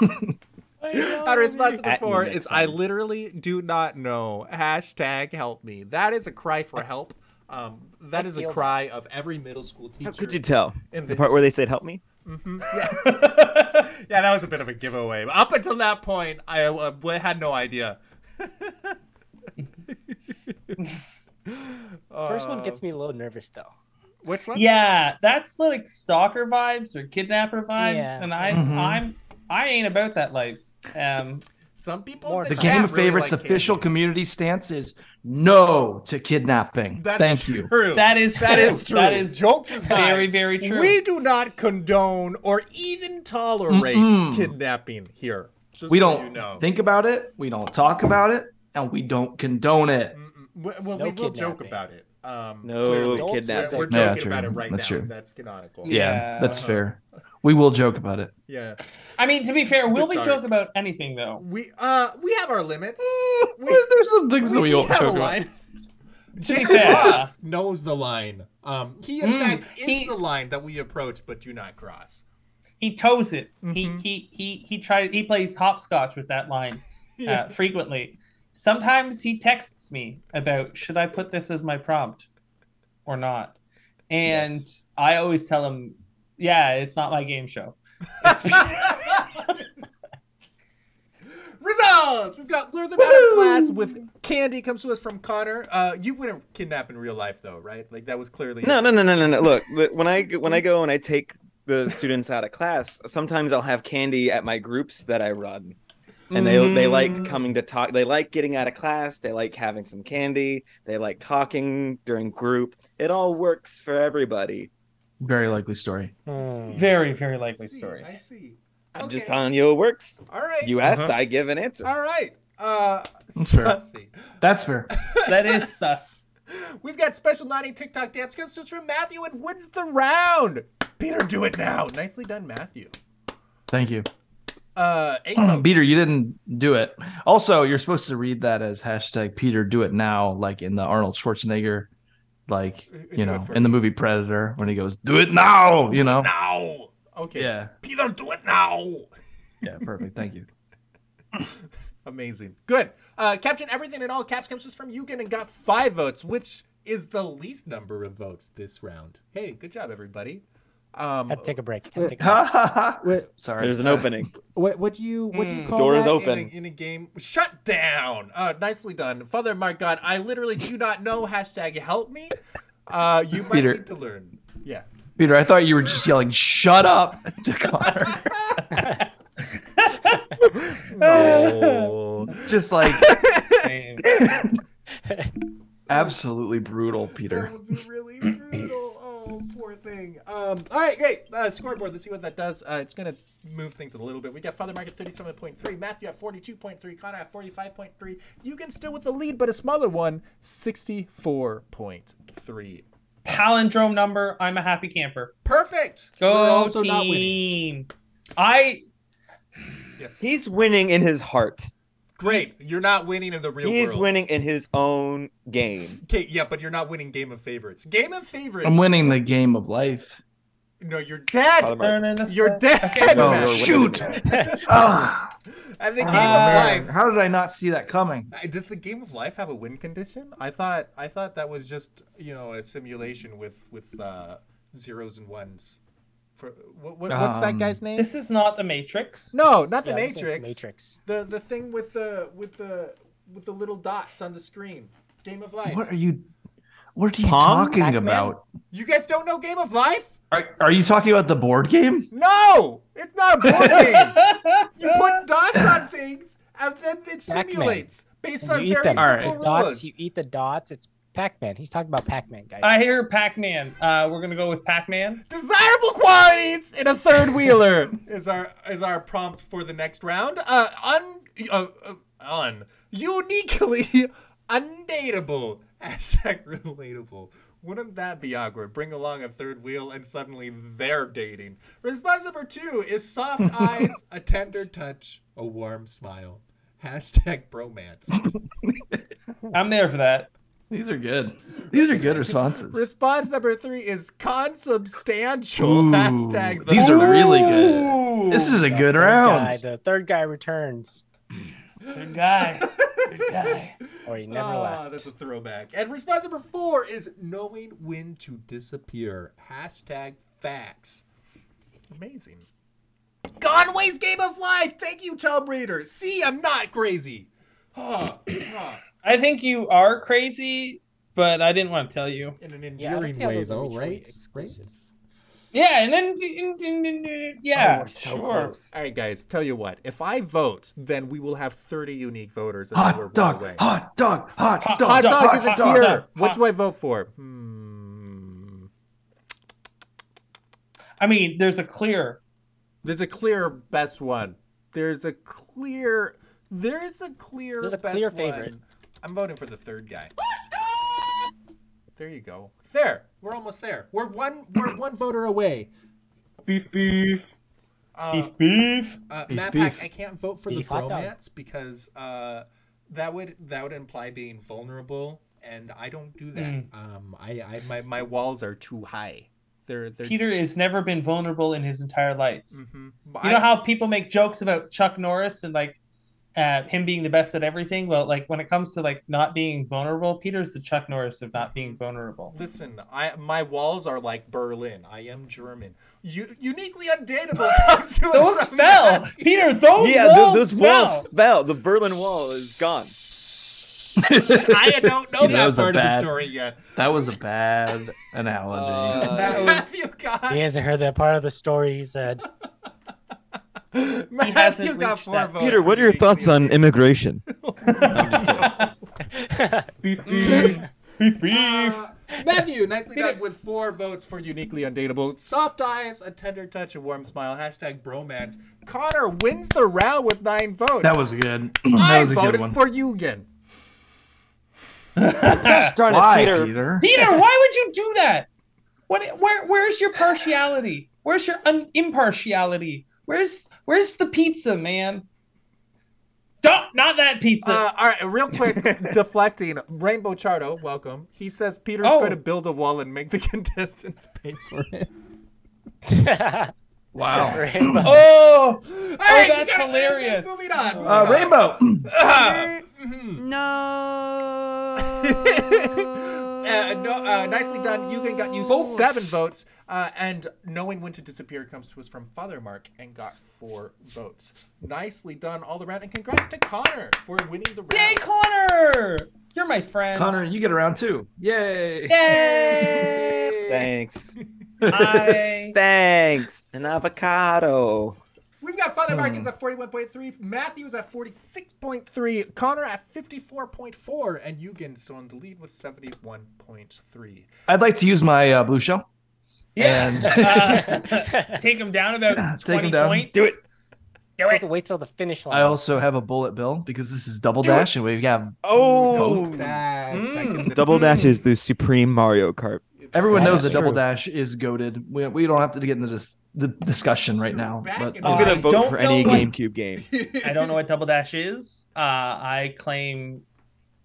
S2: [LAUGHS] And response number
S5: At me
S2: four
S5: next
S2: is I
S5: time.
S2: literally do not know. Hashtag help me. That is a cry for help. Um, that
S7: I
S2: is a
S7: feel that.
S2: cry of every middle school teacher.
S5: How
S2: [LAUGHS]
S5: could you tell?
S2: in
S5: The part where they said, "Help me."
S2: yeah, that was a bit of a giveaway. But up until that point, I uh, had no idea.
S7: First one gets me a little nervous though.
S2: Uh, Which one?
S3: [LAUGHS] Yeah, that's like stalker vibes or kidnapper vibes,
S7: Yeah.
S3: and I,
S2: Mm-hmm.
S4: Mhm.
S3: I'm, I ain't about that life. Um,
S2: Some people.
S7: More
S2: in
S4: The
S7: It's
S4: Game
S2: chat
S4: of
S2: really
S4: Favorites
S2: like
S4: official
S2: candy.
S4: community stance is no to kidnapping.
S2: That
S4: Thank
S2: is [LAUGHS]
S4: you.
S2: True.
S3: that is
S2: That is true.
S3: That is
S2: jokes aside.
S3: very, very true.
S2: We do not condone or even tolerate
S4: Mm-mm.
S2: kidnapping here. Just
S4: We
S2: so
S4: don't
S2: you know.
S4: think about it. We don't talk about it, and we don't condone it.
S2: Mm-mm. Well, well,
S7: No
S2: we will joke
S7: kidnapping.
S2: about it. Um,
S5: No
S2: clearly.
S5: Adults
S2: We're,
S5: kidnapping.
S2: we're
S4: Yeah,
S2: joking
S4: true.
S2: about it right
S4: That's
S2: now.
S4: true.
S2: That's canonical.
S4: Yeah,
S3: Yeah.
S4: that's fair. We will joke about it.
S2: Yeah.
S3: I mean, to be fair, will we
S2: dark.
S3: joke about anything though?
S2: We uh we have our limits. [LAUGHS] We-
S4: [LAUGHS] There's some things that
S2: we
S4: we don't
S2: have
S4: joke
S2: a
S4: about. [LAUGHS]
S2: line.
S3: To be [LAUGHS]
S2: Jacob [LAUGHS]
S3: fair, uh,
S2: Roth knows the line. Um, he in
S3: Mm,
S2: fact is
S3: he-
S2: the line that we approach but do not cross. [LAUGHS]
S3: he toes it.
S9: Mm-hmm.
S2: Mhm.
S3: He he he he tries. He plays hopscotch with that line uh, frequently. Sometimes he texts me about should I put this as my prompt or not, and I always tell him, yeah, it's not my game show.
S2: Results! We've got lure them out of class with candy comes to us from Connor. Uh, you wouldn't kidnap in real life though, right? Like that was clearly
S5: No, no, no, no, no, no. Look, the- when I when I go and I take the students out of class, sometimes I'll have candy at my groups that I run, and they they
S2: Mm.
S5: like coming to talk. They like getting out of class. They like having some candy. They like talking during group. It all works for everybody.
S4: Very likely story.
S3: [LAUGHS]
S7: Hmm.
S3: Very very
S2: I
S3: likely
S2: see,
S3: story.
S2: I see.
S5: I'm just
S2: Okay.
S5: telling you it works.
S2: All right.
S5: You asked,
S10: Uh-huh.
S5: I give an answer.
S2: All right. Uh,
S4: That's fair.
S2: Sussy.
S4: That's fair.
S3: That is sus.
S2: We've got special naughty TikTok dance skills from Matthew and wins the round. Peter, do it now. Nicely done, Matthew.
S4: Thank you.
S2: Uh, eight votes.
S4: [CLEARS THROAT] Peter, you didn't do it. Also, you're supposed to read that as hashtag Peter do it now, like in the Arnold Schwarzenegger, like
S2: Do
S4: you
S2: it
S4: know,
S2: for
S4: in the
S2: me.
S4: movie Predator when he goes, "Do it now," you know.
S2: now. Okay.
S4: Yeah,
S2: Peter, do it now.
S4: yeah, perfect.
S2: [LAUGHS]
S4: Thank you.
S2: Amazing. Good. Uh, caption everything in all caps comes just from Eugen and got five votes, which is the least number of votes this round. Hey, good job, everybody. Um,
S7: I'd take a break. I'd take a break.
S4: Sorry.
S9: Wait,
S5: There's an
S4: Uh,
S5: opening.
S2: [LAUGHS]
S9: what what do you [LAUGHS] what do you
S3: Mm.
S9: call
S5: Door is
S9: that?
S2: In
S5: open.
S2: a, in a game. Shut down. Uh, nicely done. Father, my God, I literally do not know. [LAUGHS] Hashtag help me. Uh, you might
S4: Peter.
S2: need to learn. Yeah.
S4: [LAUGHS] Peter, I thought you were just yelling, "Shut up!" [LAUGHS] to Connor, [LAUGHS]
S2: No.
S4: just like
S3: Same.
S4: absolutely brutal,
S2: that
S4: Peter.
S2: would be really brutal. Oh, poor thing. Um, all right, great. Uh, scoreboard. Let's see what that does. Uh, it's going to move things a little bit. We got Father Mark at 37.3, Matthew at 42.3, Connor at 45.3. You can still with the lead, but a smaller one, 64.3.
S3: Palindrome number. I'm a happy camper.
S2: Perfect.
S3: Go
S9: We're also
S3: team.
S9: not winning.
S3: I
S2: Yes.
S5: He's winning in his heart.
S2: Great. You're not winning in the real
S5: He's
S2: world.
S5: winning in his own game.
S2: Okay, yeah, but you're not winning Game of Favorites. Game of Favorites.
S4: I'm winning the game of life.
S2: No, you're dead.
S5: Father Mark.
S2: You're dead.
S5: No,
S2: Matt.
S5: you're
S4: Shoot!
S2: [LAUGHS]
S4: Oh, Ah,
S2: And the Game
S4: man,
S2: of Life.
S4: how did I not see that coming?
S2: I- Does the Game of Life have a win condition? I thought I thought that was just you know a simulation with with uh, zeros and ones. For what, what, what's that
S4: Um,
S2: guy's name?
S3: This is not the Matrix.
S2: no, not the
S7: Yeah, this is
S2: Matrix.
S7: Matrix.
S2: The the thing with the with the with the little dots on the screen. Game of Life.
S4: What are you? What are you
S5: Pong?
S4: talking
S7: Pac-Man?
S4: about?
S2: You guys don't know Game of Life?
S4: Are, are you talking about the board game?
S2: No, it's not a board [LAUGHS] game. you [LAUGHS] put dots on things, and then it simulates based
S7: And
S2: on
S7: you eat
S2: very
S7: them.
S2: simple
S7: Dots,
S2: rules.
S7: you eat the dots. It's Pac-Man. He's talking about Pac-Man, guys.
S3: [LAUGHS] I hear Pac-Man. Uh, we're gonna go with Pac-Man.
S2: Desirable qualities in a third wheeler [LAUGHS] is our is our prompt for the next round. Uh, un uh, uh, un uniquely [LAUGHS] undateable hashtag relatable. Wouldn't that be awkward? Bring along a third wheel and suddenly they're dating. Response number two is soft [LAUGHS] eyes, a tender touch, a warm smile. Hashtag bromance.
S3: I'm there for that.
S4: These are good. These are good responses.
S2: Response number three is consubstantial.
S4: Ooh,
S2: hashtag the
S4: these are really good.
S3: Ooh,
S4: This is a good
S7: Third
S4: round.
S7: guy, the third guy returns,
S3: good guy. Good guy.
S7: or he never
S2: ah,
S7: left.
S2: that's a throwback. And response number four is knowing when to disappear. Hashtag facts. Amazing. Conway's Game of Life. Thank you, Tom Reader. See, I'm not crazy. [SIGHS] Ah, Huh, huh.
S3: I think you are crazy, but I didn't want to tell you.
S2: In an
S7: Yeah, I don't
S2: endearing
S7: see how
S2: way,
S7: those are
S2: though,
S7: mutually
S2: right? Right?
S7: exclusive.
S3: Yeah, and then yeah, sure.
S2: All right, guys. Tell you what. If I vote, then we will have 30 unique voters. And then we're
S4: Hot
S2: one
S4: dog,
S2: away.
S4: hot dog, hot
S3: Hot
S4: dog,
S2: Hot dog
S3: hot
S2: is a
S3: dog,
S2: tier.
S3: hot
S2: What
S3: dog.
S2: do I vote for? Hmm.
S3: I mean, there's a clear.
S2: There's a clear best one. There's a clear. There's a clear.
S7: There's a
S2: best
S7: clear
S2: one.
S7: favorite.
S2: I'm voting for the third guy. There you go. There. We're almost there. We're one. We're one voter away.
S3: Beef, beef,
S2: Uh,
S3: beef, beef.
S2: uh,
S4: Beef,
S2: Matt
S4: beef.
S2: Pack, I can't vote for
S7: Beef
S2: the
S7: hot dog.
S2: bromance because uh, that would that would imply being vulnerable, and I don't do that. Um, I, I my, my walls are too high. They're they're.
S3: Peter has never been vulnerable in his entire life.
S2: Mhm.
S3: You know how people make jokes about Chuck Norris and like uh, him being the best at everything. Well, like when it comes to like not being vulnerable, Peter's the Chuck Norris of not being vulnerable.
S2: Listen, I my walls are like Berlin. I am German. U- uniquely undateable [LAUGHS] comes to us
S3: [LAUGHS]
S5: [LAUGHS]
S3: Those
S2: from
S3: fell,
S2: Matthew.
S3: Peter. Those
S5: yeah, th-
S3: walls
S5: those
S3: fell.
S5: walls fell. The Berlin Wall is gone.
S3: [LAUGHS]
S2: I don't know
S4: That
S2: that [LAUGHS]
S4: was a
S2: part of the
S4: bad-
S2: story yet.
S4: [LAUGHS] That was a bad analogy.
S5: Uh,
S3: That was-
S2: Matthew got [LAUGHS]
S7: He hasn't heard that part of the story. He said, [LAUGHS]
S4: Oh.
S3: hasn't
S2: Matthew got
S3: reached
S2: four
S3: that.
S2: votes.
S5: [LAUGHS] Peter, what are your
S2: Uniquely
S5: thoughts on [LAUGHS] immigration? I'm just kidding.
S3: beef, beef, beef, beef.
S2: Uh, Matthew, nicely done with four votes for uniquely undateable. Soft eyes, a tender touch, a warm smile. Hashtag bromance. Connor wins the round with nine votes.
S4: That was good.
S2: I
S4: That was a
S2: voted
S4: good one.
S2: for Eugen.
S5: Darn it,
S4: Why,
S5: Peter.
S4: Peter?
S3: Peter, why would you do that? What? Where? Where's your partiality? Where's your un- impartiality? Where's Where's the pizza, man? Don't, not that pizza.
S2: Uh, all right, real
S3: [LAUGHS]
S2: quick, deflecting. Rainbow Chardo, welcome. He says Peter's
S3: Oh.
S2: going to build a wall and make the [LAUGHS]
S3: [LAUGHS]
S2: contestants pay for it.
S4: Wow.
S7: Rainbow.
S3: oh,
S2: Oh,
S3: that's hilarious.
S2: Moving on. moving
S4: Uh,
S2: on.
S4: Rainbow.
S8: No.
S2: [LAUGHS] Uh, no, uh, nicely done. Eugen got you
S3: Folks.
S2: seven votes, uh, and knowing when to disappear comes to us from Father Mark and got four votes. Nicely done all around, and congrats to Connor for winning the round.
S3: yay, Connor! You're my friend.
S4: Connor, you get around too. Yay.
S3: Yay!
S5: Thanks.
S3: I
S5: Thanks. An avocado.
S2: We've got Father Marcus at 41.3, Matthews at 46.3, Connor at 54.4, and Eugen still in the lead with 71.3.
S4: I'd like to use my uh, blue shell.
S3: yeah. [LAUGHS] Uh, take him down about
S4: take
S3: twenty
S4: him down.
S3: points.
S4: Do it.
S3: Do it.
S7: Doesn't wait till the finish
S4: I
S7: line.
S4: also have a bullet bill because this is double dash and we have
S5: Oh,
S2: That- that
S3: Mm.
S2: gives [LAUGHS] it-
S5: double dash is the supreme Mario Kart.
S4: everyone
S7: That
S4: knows
S7: is
S4: that double
S5: true.
S4: dash is goaded. We, we don't have to get into this the discussion right now.
S2: Back
S4: But
S2: in
S5: I'm
S3: I
S5: gonna vote
S3: don't
S5: for any
S3: know what-
S5: GameCube game.
S3: I don't know what double dash is. Uh, I claim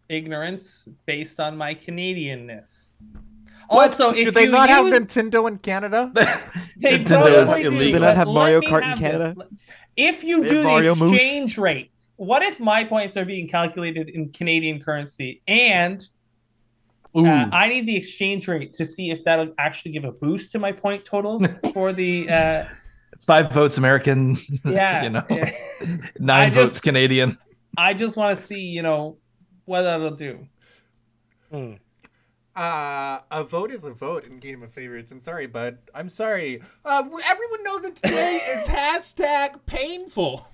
S3: ignorance based on my Canadianness.
S4: What?
S3: Also, if
S2: Do they
S3: you
S2: not have
S3: use-
S2: Nintendo in Canada?
S4: uh,
S3: They
S4: Nintendo is
S3: probably do,
S4: illegal.
S5: Do they not
S3: but
S5: have
S3: let
S5: Mario
S3: me
S5: Kart in
S3: have
S5: Canada?
S3: this. If you
S5: They
S3: do
S5: have
S3: the
S5: Mario Moose?
S3: exchange rate, what if my points are being calculated in Canadian currency and
S4: ooh,
S3: uh, I need the exchange rate to see if that'll actually give a boost to my point
S4: [LAUGHS]
S3: totals for the uh,
S4: [LAUGHS] five votes American.
S3: yeah. [LAUGHS]
S4: [LAUGHS] you know,
S3: yeah.
S4: [LAUGHS] nine
S3: I
S4: votes
S3: just-
S4: Canadian.
S3: I just want to see you know what that'll do.
S7: Mm.
S2: Uh, a vote is a vote in Game of Favorites. I'm sorry, bud. I'm sorry. Uh, w- everyone knows that today is hashtag painful.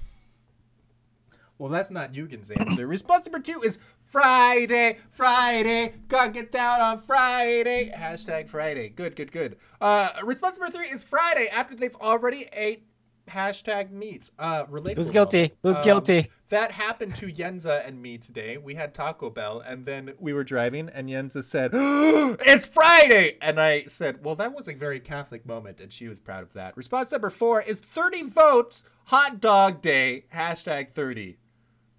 S2: Well, that's not Yugen's answer. Response number two is Friday, Friday, gotta get down on Friday. Hashtag Friday. Good, good, good. Uh, response number three is Friday after they've already ate hashtag meats. Uh, relatable.
S7: Who's guilty? Who's
S2: Um,
S7: guilty?
S2: That happened to Yenza and me today. We had Taco Bell, and then we were driving, and Yenza said, [GASPS] "It's Friday," and I said, "Well, that was a very Catholic moment," and she was proud of that. Response number four is thirty votes. Hot dog day. Hashtag thirty.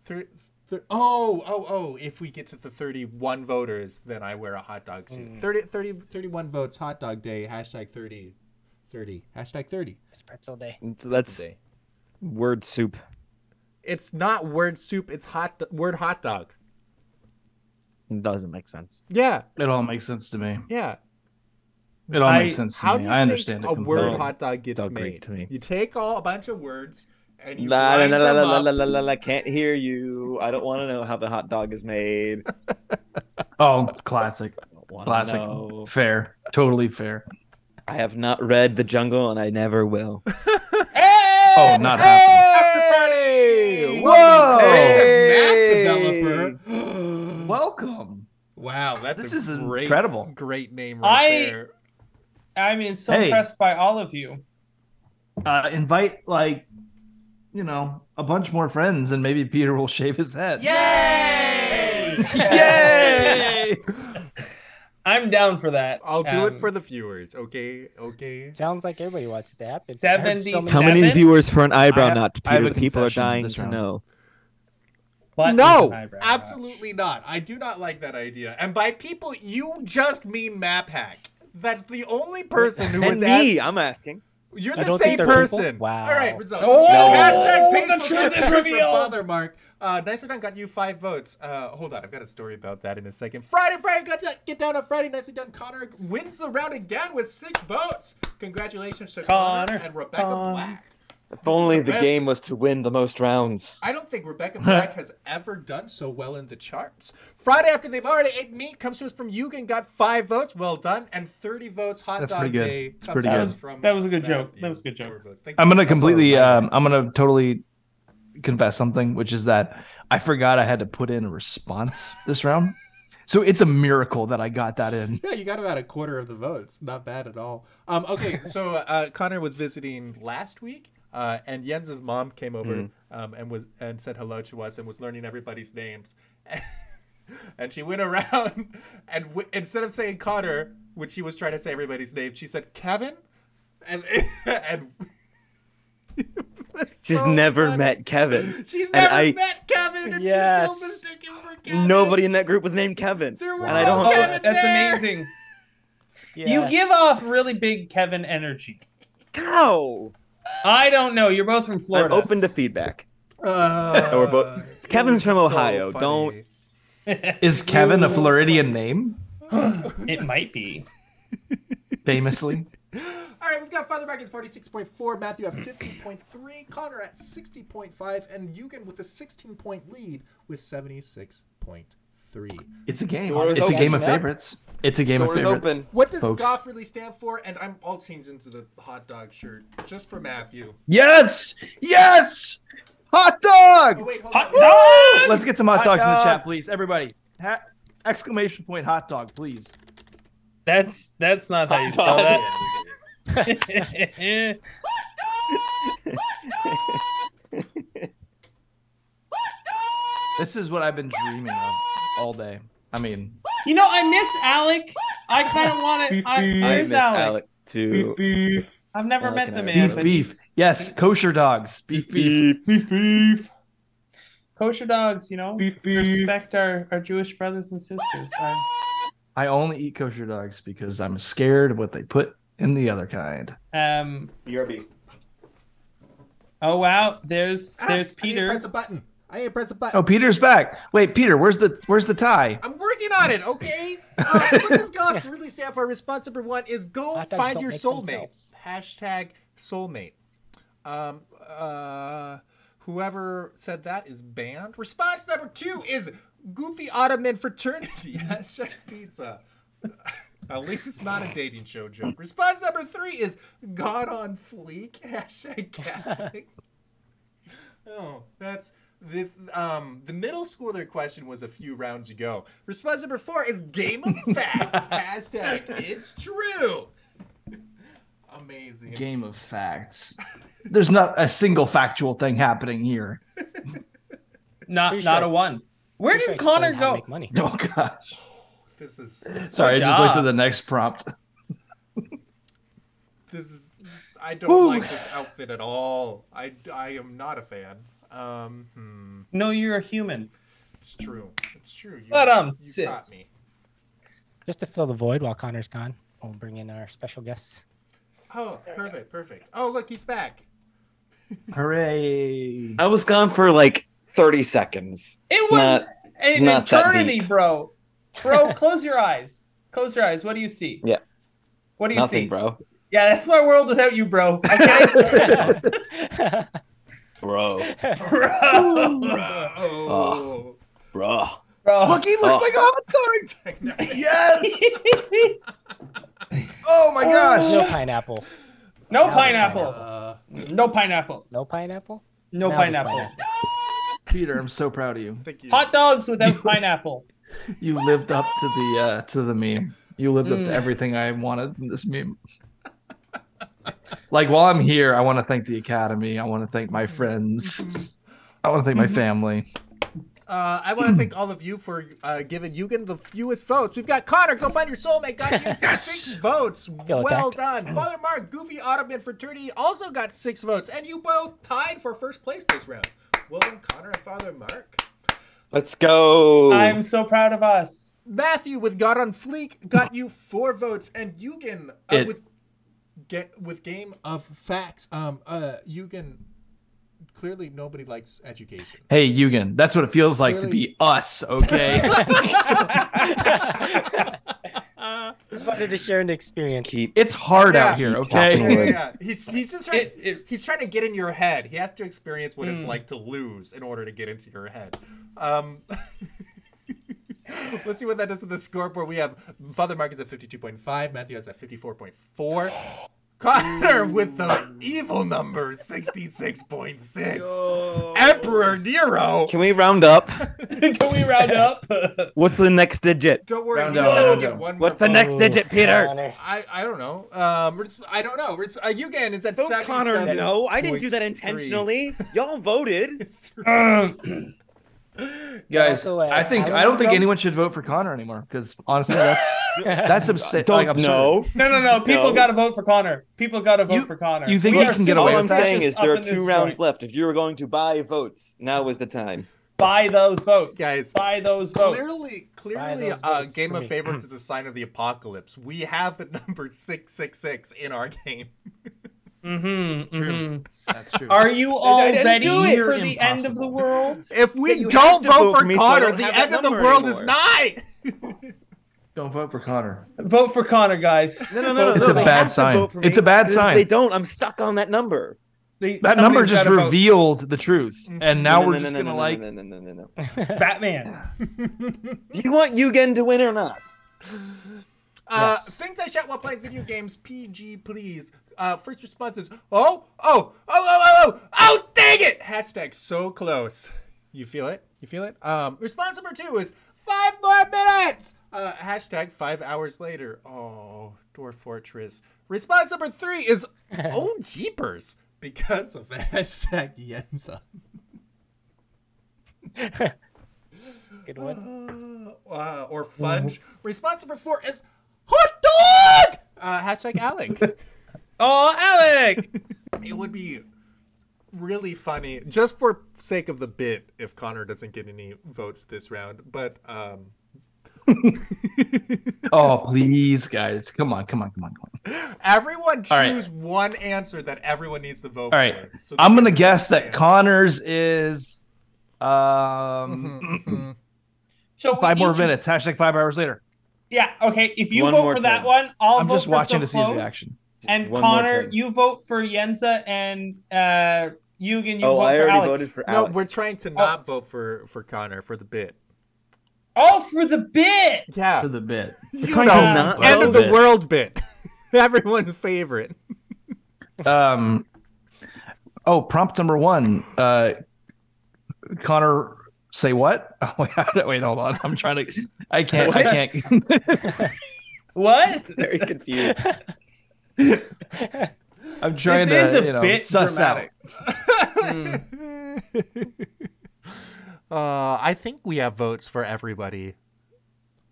S2: Thir- thir- oh, oh, oh! If we get to the thirty-one voters, then I wear a hot dog suit.
S7: Mm.
S2: 30, 30, 31 votes. Hot dog day. Hashtag thirty. Thirty. Hashtag thirty.
S7: It's pretzel day.
S5: So that's
S2: Today.
S5: word soup.
S2: It's not word soup. It's hot do- word hot dog.
S5: It doesn't make sense.
S2: Yeah,
S4: It all makes sense to me.
S2: yeah.
S4: It all
S3: I-
S4: makes sense to
S2: How do
S4: me.
S2: you
S4: I understand it.
S2: think a
S4: completely.
S2: word hot dog gets
S5: Dog great
S2: made?
S5: to me.
S2: You take all a bunch of words and you
S5: La la
S2: grind
S5: la la
S2: them
S5: la la
S2: up.
S5: la la la. Can't hear you. I don't want to know how the hot dog is made.
S4: Oh, classic.
S5: Don't wanna
S4: Classic.
S5: know.
S4: Fair. Totally fair.
S5: I have not read The Jungle, and I never will.
S4: Oh, not happening.
S2: Hey!
S4: Whoa!
S2: Hey! Map developer.
S4: Welcome.
S2: wow, that's
S4: This
S2: a
S4: is
S2: great,
S4: incredible.
S2: Great name right
S3: I-
S2: there.
S3: I mean, so
S4: Hey.
S3: impressed by all of you.
S4: Uh, invite like, you know, a bunch more friends, and maybe Peter will shave his head.
S2: Yay!
S4: Yay!
S3: I'm down for that.
S2: [LAUGHS] I'll do
S3: Um,
S2: it for the viewers. Okay, okay.
S7: Sounds like everybody wants it to happen. I heard so
S3: 70
S7: many-
S10: How many
S3: Seven?
S10: viewers for an eyebrow
S4: I have-
S10: notch,
S4: I have
S10: Peter?
S4: a
S10: The people are
S4: confession
S10: dying
S4: this
S10: to
S4: round.
S10: know.
S3: buttons
S2: No,
S3: and eyebrows.
S2: absolutely not. I do not like that idea. And by people, you just mean Map Hack. That's the only person who
S5: And
S2: was at
S5: me, I'm asking.
S2: You're
S7: I
S2: the
S7: don't think
S2: same
S7: they're people?
S2: person.
S7: Wow.
S2: All right, results.
S3: Oh,
S2: Hashtag
S3: the
S2: painful
S3: truth
S2: death
S3: is
S2: from
S3: revealed.
S2: Father Mark. Uh, Nicely Done got you five votes. Uh, hold on, I've got a story about that in a second. Friday, Friday, got to get down on Friday. Nicely Done. Connor wins the round again with six votes. Congratulations to Connor,
S3: Connor,
S2: and Rebecca
S3: Connor.
S2: Black.
S5: If only
S2: the
S5: the
S2: best.
S5: game was to win the most rounds.
S2: I don't think
S3: [LAUGHS]
S2: Rebecca Black has ever done so well in the charts. Friday after they've already ate meat comes to us from Eugen, got five votes. Well done. And 30 votes. Hot
S4: That's
S2: dog
S4: pretty good.
S2: day.
S4: That's
S2: comes
S4: pretty
S2: to
S4: good.
S2: us from
S3: That was a good joke.
S2: Matthew.
S3: That was a good joke.
S2: Four votes. Thank
S4: I'm
S2: you.
S4: gonna
S2: Also,
S4: completely.
S7: uh,
S2: Ryan.
S4: Um, I'm gonna totally confess something, which is that I forgot I had to put in a response this round. So it's a miracle that I got that in.
S2: Yeah, you got about a quarter of the votes. Not bad at all. Um,
S5: [LAUGHS]
S2: okay, so uh, Connor was visiting last week, uh, and Jens's mom came over
S5: Mm.
S2: um, and was and said hello to us and was learning everybody's names. [LAUGHS] and she went around [LAUGHS] and w- instead of saying Connor, which she was trying to say everybody's name, she said Kevin, and [LAUGHS] and That's
S5: She's
S2: so
S5: never
S2: funny.
S5: met [LAUGHS] Kevin.
S2: She's
S5: and
S2: never
S5: I-
S2: met Kevin, and
S7: Yes.
S2: she's still mistaken for Kevin.
S5: Nobody in that group was named Kevin.
S2: There were
S5: and I
S2: no
S5: don't.
S3: Oh,
S2: Kevin
S3: that's
S2: there.
S3: amazing.
S7: Yeah.
S3: You give off really big Kevin energy.
S5: How?
S3: I don't know. You're both from
S5: I'm
S3: Florida.
S5: open to feedback.
S2: Uh,
S5: Or bo-
S2: it
S5: Kevin's
S2: was
S5: from
S2: so
S5: Ohio, don't-
S2: funny.
S4: [LAUGHS] Is Kevin a Floridian name?
S3: It might
S5: [LAUGHS]
S3: be.
S4: Famously,
S2: All right, we've got Father Back at 46.4, Matthew at 50.3, Connor at 60.5, and Eugen with a 16 point lead with 76.3.
S4: it's a game.
S5: Door is
S4: It's a
S5: open.
S4: game of
S5: Catching up.
S4: favorites. It's a game of
S5: Doors
S4: favorites.
S5: open.
S2: What does
S4: Folks.
S2: Goff really stand for? And I'm all changed into the hot dog shirt just for Matthew.
S4: Yes, yes, hot dog.
S2: Oh, wait, hold
S3: Hot
S2: on.
S3: dog!
S4: Let's get some hot,
S3: Hot
S4: dogs in the
S3: dog!
S4: chat, please. Everybody, ha- exclamation point hot dog, please.
S3: That's that's not how you spell that. [LAUGHS]
S4: This is what I've been dreaming of all day. I mean,
S3: you know, I miss Alec. I kind of want it. I,
S5: I
S3: where's
S5: miss
S3: Alec?
S5: Alec too.
S3: I've never
S5: Alec
S3: met
S5: and
S3: the
S5: I.
S3: man.
S4: beef,
S3: but-
S4: beef. Yes, kosher dogs. Beef, beef.
S3: beef, beef. Kosher dogs, you know, respect our, our Jewish brothers and sisters. I,
S4: I only eat kosher dogs because I'm scared of what they put in the other kind.
S3: um,
S5: BRB.
S3: oh wow, there's
S2: Ah,
S3: there's
S2: I didn't
S3: Peter.
S2: press a button. I didn't press a button.
S4: Oh, Peter's back. Wait, Peter, where's the where's the tie?
S2: I'm working on it,
S7: [LAUGHS]
S2: okay? Uh, what does golf really stand for? Response number one is go
S7: Hot dogs
S2: find
S7: don't
S2: your
S7: make
S2: soulmate.
S7: themselves.
S2: Hashtag soulmate. Um, uh, whoever said that is [LAUGHS] banned. Response number two is goofy ottoman fraternity. Hashtag pizza. At least it's not a dating show joke. Response number three is God on fleek. [LAUGHS] Hashtag Catholic. oh, that's the um the middle schooler question was a few rounds ago. Response number four is game of facts. Hashtag it's true. Amazing.
S4: Game of facts. There's not a single factual thing happening here. [LAUGHS]
S3: Not not a one. Where did Connor go?
S4: Oh gosh.
S2: This is
S4: Sorry, I
S2: such-
S4: just looked at the next prompt.
S2: This is I don't
S4: Woo.
S2: like this outfit at all. I I am not a fan. Um, hmm.
S3: No, you're a human.
S2: It's true. It's true. You,
S3: Let 'em
S2: you caught
S3: sis.
S2: me.
S7: Just to fill the void while Connor's gone, we'll bring in our special guest.
S2: Oh, perfect, perfect. Oh, look, he's back.
S4: [LAUGHS] Hooray.
S5: I was gone for like 30 seconds.
S3: It
S5: It's
S3: was
S5: not-
S3: an
S5: not that
S3: eternity,
S5: deep.
S3: bro.
S5: [LAUGHS]
S3: Bro, close your eyes. Close your eyes. What do you see?
S5: Yeah.
S3: What do you
S5: Nothing,
S3: see?
S5: bro.
S3: Yeah, that's my world without you, bro.
S5: [LAUGHS]
S3: Okay.
S4: Oh
S5: Bro.
S3: bro.
S2: Oh.
S5: Bro.
S3: bro.
S4: [LAUGHS] Look, he looks
S5: Oh.
S4: like Avatar.
S2: [LAUGHS]
S4: Yes. Oh my
S7: No
S4: gosh.
S7: pineapple.
S3: [LAUGHS] no pineapple.
S2: Uh,
S3: No pineapple.
S7: No pineapple?
S3: No
S7: Now
S3: pineapple.
S7: pineapple.
S4: Peter, I'm so proud of you.
S2: thank you.
S3: Hot dogs
S5: [LAUGHS]
S3: without pineapple.
S4: You lived up to the uh to the meme. You lived up to everything I wanted in this meme. Like while I'm here, I want to thank the academy. I want to thank my friends. I want to thank my family.
S2: Uh, I want to thank all of you for uh, giving Yugen the fewest votes. We've got Connor, go find your soulmate,
S3: [LAUGHS]
S2: got you six votes. well done. Father Mark, Goofy Ottoman Fraternity also got six votes, and you both tied for first place this round. Well done, Connor and Father Mark.
S5: Let's go.
S3: I'm so proud of us. [LAUGHS]
S2: Matthew with God on Fleek got you four votes, and Yugen uh,
S4: It-
S2: with get with Game of Facts. Um, uh, Yugen clearly nobody likes education.
S4: Hey, Eugen, that's what it feels like to be us, okay?
S3: [LAUGHS]
S7: Just wanted to share an experience.
S5: Keep-
S4: it's hard
S2: Yeah.
S4: out here,
S2: Yeah,
S4: okay?
S5: Capital.
S2: yeah,
S5: Wood.
S2: yeah. He's he's just trying,
S3: It- it-
S2: he's trying to get in your head. He has to experience what it's
S3: Mm.
S2: like to lose in order to get into your head. Um, [LAUGHS] let's see what that does to the scoreboard. We have Father Mark is at fifty two point five. Matthew is at fifty four point four. Connor with the evil number sixty six point six.
S5: Oh.
S2: Emperor Nero.
S5: Can we round up?
S3: Can we
S5: [LAUGHS]
S3: round up? [LAUGHS]
S5: What's the next digit?
S2: Don't worry,
S4: Round
S2: you
S4: up,
S2: said we'll
S4: round
S2: get
S4: up.
S2: one more
S5: What's the
S2: vote.
S5: next digit, Peter?
S7: Connor.
S2: I, I don't know. Um, it's- I don't know. It's- Uh, Yugan is at
S5: Don't
S2: seventy seven. [LAUGHS]
S5: Connor no. I didn't do that intentionally. Y'all voted.
S4: [LAUGHS] Guys,
S7: Also, uh,
S4: I think
S7: Alan
S4: I don't think
S7: Trump-
S4: anyone should vote for Connor anymore because honestly, [LAUGHS] that's that's absurd.
S5: Don't
S4: like, absurd.
S5: know.
S3: no, no, no. People
S5: No.
S3: got to vote for Connor. People got to vote
S4: You-
S3: for Connor.
S4: you think
S3: We
S4: you
S3: are
S4: can get
S5: All
S4: away
S3: superstitious
S4: with
S5: I'm saying is
S3: up
S5: there
S3: in
S5: are
S3: this
S5: two rounds
S3: joint.
S5: left. If you were going to buy votes, now is the time.
S3: Buy those votes.
S2: Guys,
S3: Buy those votes.
S2: Clearly,
S7: Buy
S2: clearly,
S7: those
S2: uh,
S7: votes
S2: game
S7: for
S2: of
S7: me.
S2: favorites is
S5: [LAUGHS]
S2: a sign of the apocalypse. We have the [LAUGHS] number six six six in our game.
S3: Mm-hmm, mm-hmm.
S4: That's true.
S3: Are you all
S5: I didn't
S3: ready
S5: do
S3: for
S5: it.
S4: You're
S3: the end of the
S4: impossible.
S3: world?
S2: If
S5: Yeah,
S2: we
S5: you
S2: don't
S5: have to
S2: vote
S5: vote
S2: for
S5: for me, so I
S2: Connor,
S5: don't have
S2: the
S5: that
S2: end of the
S5: number
S2: world is
S5: anymore.
S2: nigh.
S4: Don't vote for Connor.
S3: Vote for Connor, guys.
S5: No, no, no, no.
S4: It's
S5: no,
S4: a
S5: they
S4: bad
S5: have to
S4: sign.
S5: vote for me,
S4: It's a bad
S5: because if
S4: sign.
S5: They don't. I'm stuck on that number.
S3: They-
S4: That
S3: somebody's
S4: number just
S3: gotta vote.
S4: revealed the truth,
S3: Mm-hmm.
S4: and now
S5: No, no,
S4: we're
S5: no,
S4: just
S5: no,
S4: gonna
S5: no, no,
S4: like.
S5: no, no, no, no, no.
S3: Batman.
S5: Do you want Yugen to win or not?
S2: Uh,
S7: Yes.
S2: Things I shout while playing video games. PG, please. Uh, first response is oh, oh, oh, oh, oh, oh, oh, dang it! Hashtag so close. You feel it? You feel it? Um, response number two is five more minutes. Uh, hashtag five hours later. Oh, Dwarf Fortress. Response number three is oh jeepers because of [LAUGHS] hashtag Yenza.
S7: [LAUGHS] Good one.
S2: Uh, or fudge. Response number four is hot dog. Uh, hashtag Alec.
S3: Oh, Alec.
S2: It would be really funny, just for sake of the bit, if Connor doesn't get any votes this round. But um, [LAUGHS]
S4: Oh please, guys, come on, come on, come on, come on.
S2: everyone
S4: All right.
S2: choose one answer that everyone needs to vote
S4: All right,
S2: for. So
S4: I'm
S2: that
S4: gonna
S2: everyone
S4: guess that
S2: can.
S4: Connor's is
S2: Mm-hmm,
S4: um
S3: Mm-hmm. So we
S4: [LAUGHS] five more
S3: each-
S4: minutes. Hashtag five hours later.
S3: Yeah. Okay. If you
S5: One
S3: vote
S5: more
S3: for that
S5: turn.
S3: one, I'll
S4: I'm
S3: vote
S4: just
S3: for
S4: watching
S3: so
S4: to see his
S3: close.
S4: reaction.
S3: And
S5: One more
S3: Connor,
S5: turn.
S3: you vote for Yenza, and uh, Yugen, you
S5: oh,
S3: vote
S5: I
S3: for
S5: already
S3: Alec.
S5: voted for
S4: Oh.
S2: No,
S5: Alec.
S2: we're trying to not vote for for Connor for the bit.
S3: Oh, for the bit.
S2: Yeah,
S4: for the bit.
S2: You
S4: How do
S2: know,
S4: you not
S2: end
S4: know
S2: of the
S4: this?
S2: world bit. [LAUGHS] Everyone favorite.
S4: um oh prompt number one uh connor say what [LAUGHS] oh, wait, wait hold on i'm trying to i can't i can't
S3: What?
S5: Very [LAUGHS] confused.
S4: i'm trying
S3: This
S4: to
S3: is a
S4: you know,
S3: bit
S4: suss
S3: dramatic.
S4: out
S5: Hmm.
S2: [LAUGHS] Uh, I think we have votes for everybody.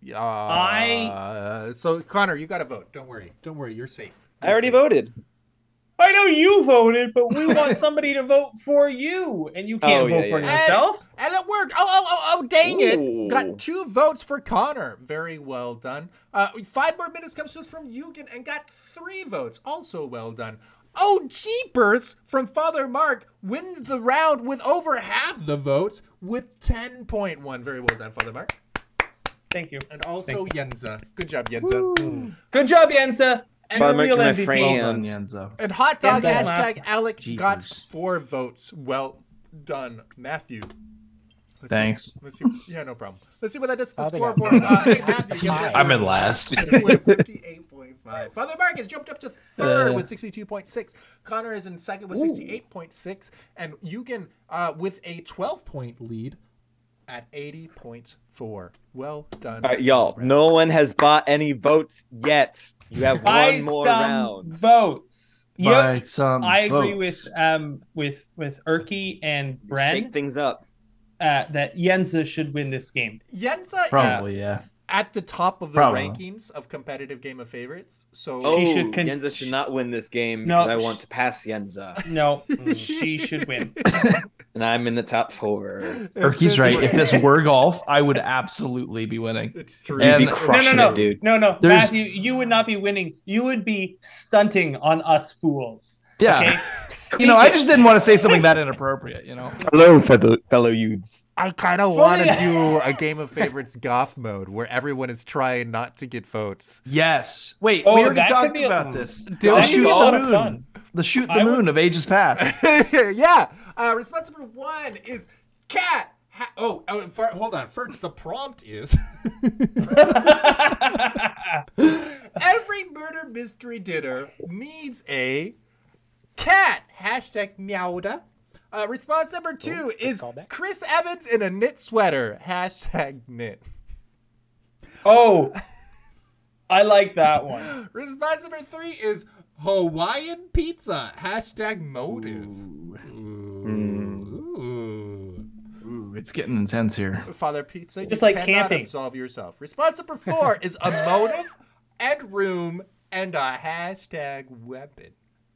S2: Uh,
S3: I-
S2: so Connor, you got to vote. Don't worry. Don't worry. You're safe.
S5: I already voted.
S3: I know you voted, but
S5: [LAUGHS]
S3: we want somebody to vote for you, and you can't
S5: Oh, yeah,
S3: vote for
S5: yeah.
S3: yourself.
S2: And it worked. Oh, oh, oh, oh, dang
S5: Ooh.
S2: it. Got two votes for Connor. Very well done. Uh, five more minutes comes to us from Eugen and got three votes. Also well done. Oh, Jeepers from Father Mark wins the round with over half the votes with 10.1. Very well done, Father Mark.
S3: Thank you.
S2: And also Yenza. Good job, Yenza.
S3: Good job, Yensa. And a
S5: Father Mark,
S3: real
S5: you're my
S3: MVP.
S5: friend.
S4: well done
S5: And-
S4: yenzo
S2: And hot dog
S3: Yenza.
S2: hashtag Alec got
S4: Jeepers.
S2: four votes. Well done, Matthew. Let's see.
S4: thanks
S2: Let's see. Yeah, no problem. Let's see what that does to the
S7: Oh, they got-
S2: scoreboard. Uh, hey, Matthew, guess what?
S4: i'm in last
S2: [LAUGHS] with 58.5. Father Mark has jumped up to third
S4: Uh.
S2: with 62.6. Connor is in second with 68.6. And Eugen uh, with a 12 point lead at 80.4. Well done.
S5: All
S7: Uh,
S5: right, y'all. No one has bought any votes yet. You have
S3: By
S5: one more
S3: some
S5: round.
S3: votes.
S4: by
S3: Yeah,
S4: some
S3: I agree
S4: votes.
S3: with um with with Erky and Bren
S5: Shake things up.
S3: uh, that Yensa should win this game.
S2: Yenza is
S4: probably yeah
S2: at the top of the
S4: Probably.
S2: rankings of competitive game of favorites. So
S5: Oh,
S3: should con-
S5: Yenza should not win this game
S3: No,
S5: because I
S3: sh-
S5: want to pass Yenza,
S3: No, she should win.
S5: and I'm in the top four.
S4: erky's right
S2: were- [LAUGHS]
S4: if this were golf i would absolutely be winning
S2: It's true.
S4: You'd be
S3: No,
S4: And-
S5: Be
S3: no,
S5: crushing
S3: no,
S5: it, dude.
S3: no, no,
S4: There's-
S3: Matthew, you would not be winning. You would be stunting on us fools.
S4: yeah
S3: Okay,
S4: you know i just didn't want to say something that inappropriate you know
S5: Hello, fellow fellow youths.
S2: I kind of want
S3: wanna
S2: to
S3: yeah.
S2: do a game of favorites [LAUGHS] goth mode where everyone is trying not to get votes.
S4: yes wait
S3: Oh,
S4: we already
S3: that could
S4: talked
S3: be a-
S4: about this
S2: Dude,
S4: the
S2: that could be
S4: shoot
S2: a
S3: lot
S4: the
S3: of
S4: moon
S3: fun.
S4: the shoot the
S3: I would-
S4: moon of ages past
S2: [LAUGHS] yeah. Uh, response number one is cat. Ha- oh, oh fir- hold on. First, the prompt is [LAUGHS] every murder mystery dinner needs a cat. Hashtag meowda. Uh, response number two is
S7: callback.
S2: Chris Evans in a knit sweater. Hashtag knit.
S3: [LAUGHS] oh, I like that
S4: [LAUGHS]
S3: one. [LAUGHS]
S2: Response number three is Hawaiian pizza. Hashtag motive. Ooh.
S4: Ooh, it's getting intense here.
S2: Father Pizza,
S3: Just
S2: you
S3: like
S2: cannot
S3: camping.
S2: absolve yourself. Response number four is
S3: [LAUGHS]
S2: a motive and room and a hashtag weapon.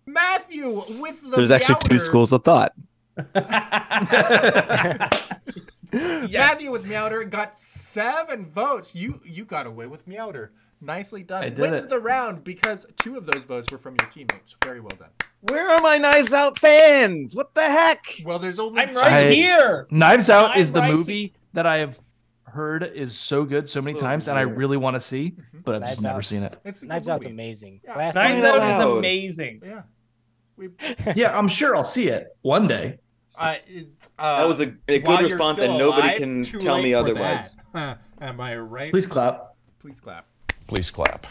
S2: Matthew with the
S5: There's actually two
S2: meowder-
S5: schools of thought.
S2: Matthew with Meowder got seven votes. You you got away with Meowder. Nicely done.
S4: I did
S2: Wins
S4: it.
S2: the round because two of those votes were from your teammates. Very well done.
S5: Where are my Knives Out fans? What the heck?
S2: Well, there's only
S3: I'm right
S4: I-
S3: here.
S4: Knives Out
S3: I
S4: is the
S3: like-
S4: movie that I have heard is so good so many times, and I really want to see, but I've
S7: Knives
S4: just never
S7: Out.
S2: [LAUGHS]
S4: seen it.
S2: It's a good
S7: Knives Out's
S2: movie.
S7: amazing.
S2: Yeah.
S7: Last
S3: Knives
S7: night-
S3: Out
S5: out loud.
S3: is amazing.
S2: Yeah. We,
S4: Yeah, I'm sure I'll see it one day.
S2: uh, it- uh,
S5: That was a- a good
S2: while you're
S5: response,
S2: still
S5: and nobody
S2: alive,
S5: can
S2: too
S5: tell
S2: late
S5: me
S2: for
S5: otherwise.
S2: that. Huh. Am I right?
S4: Please clap.
S2: Please clap.
S6: Please clap.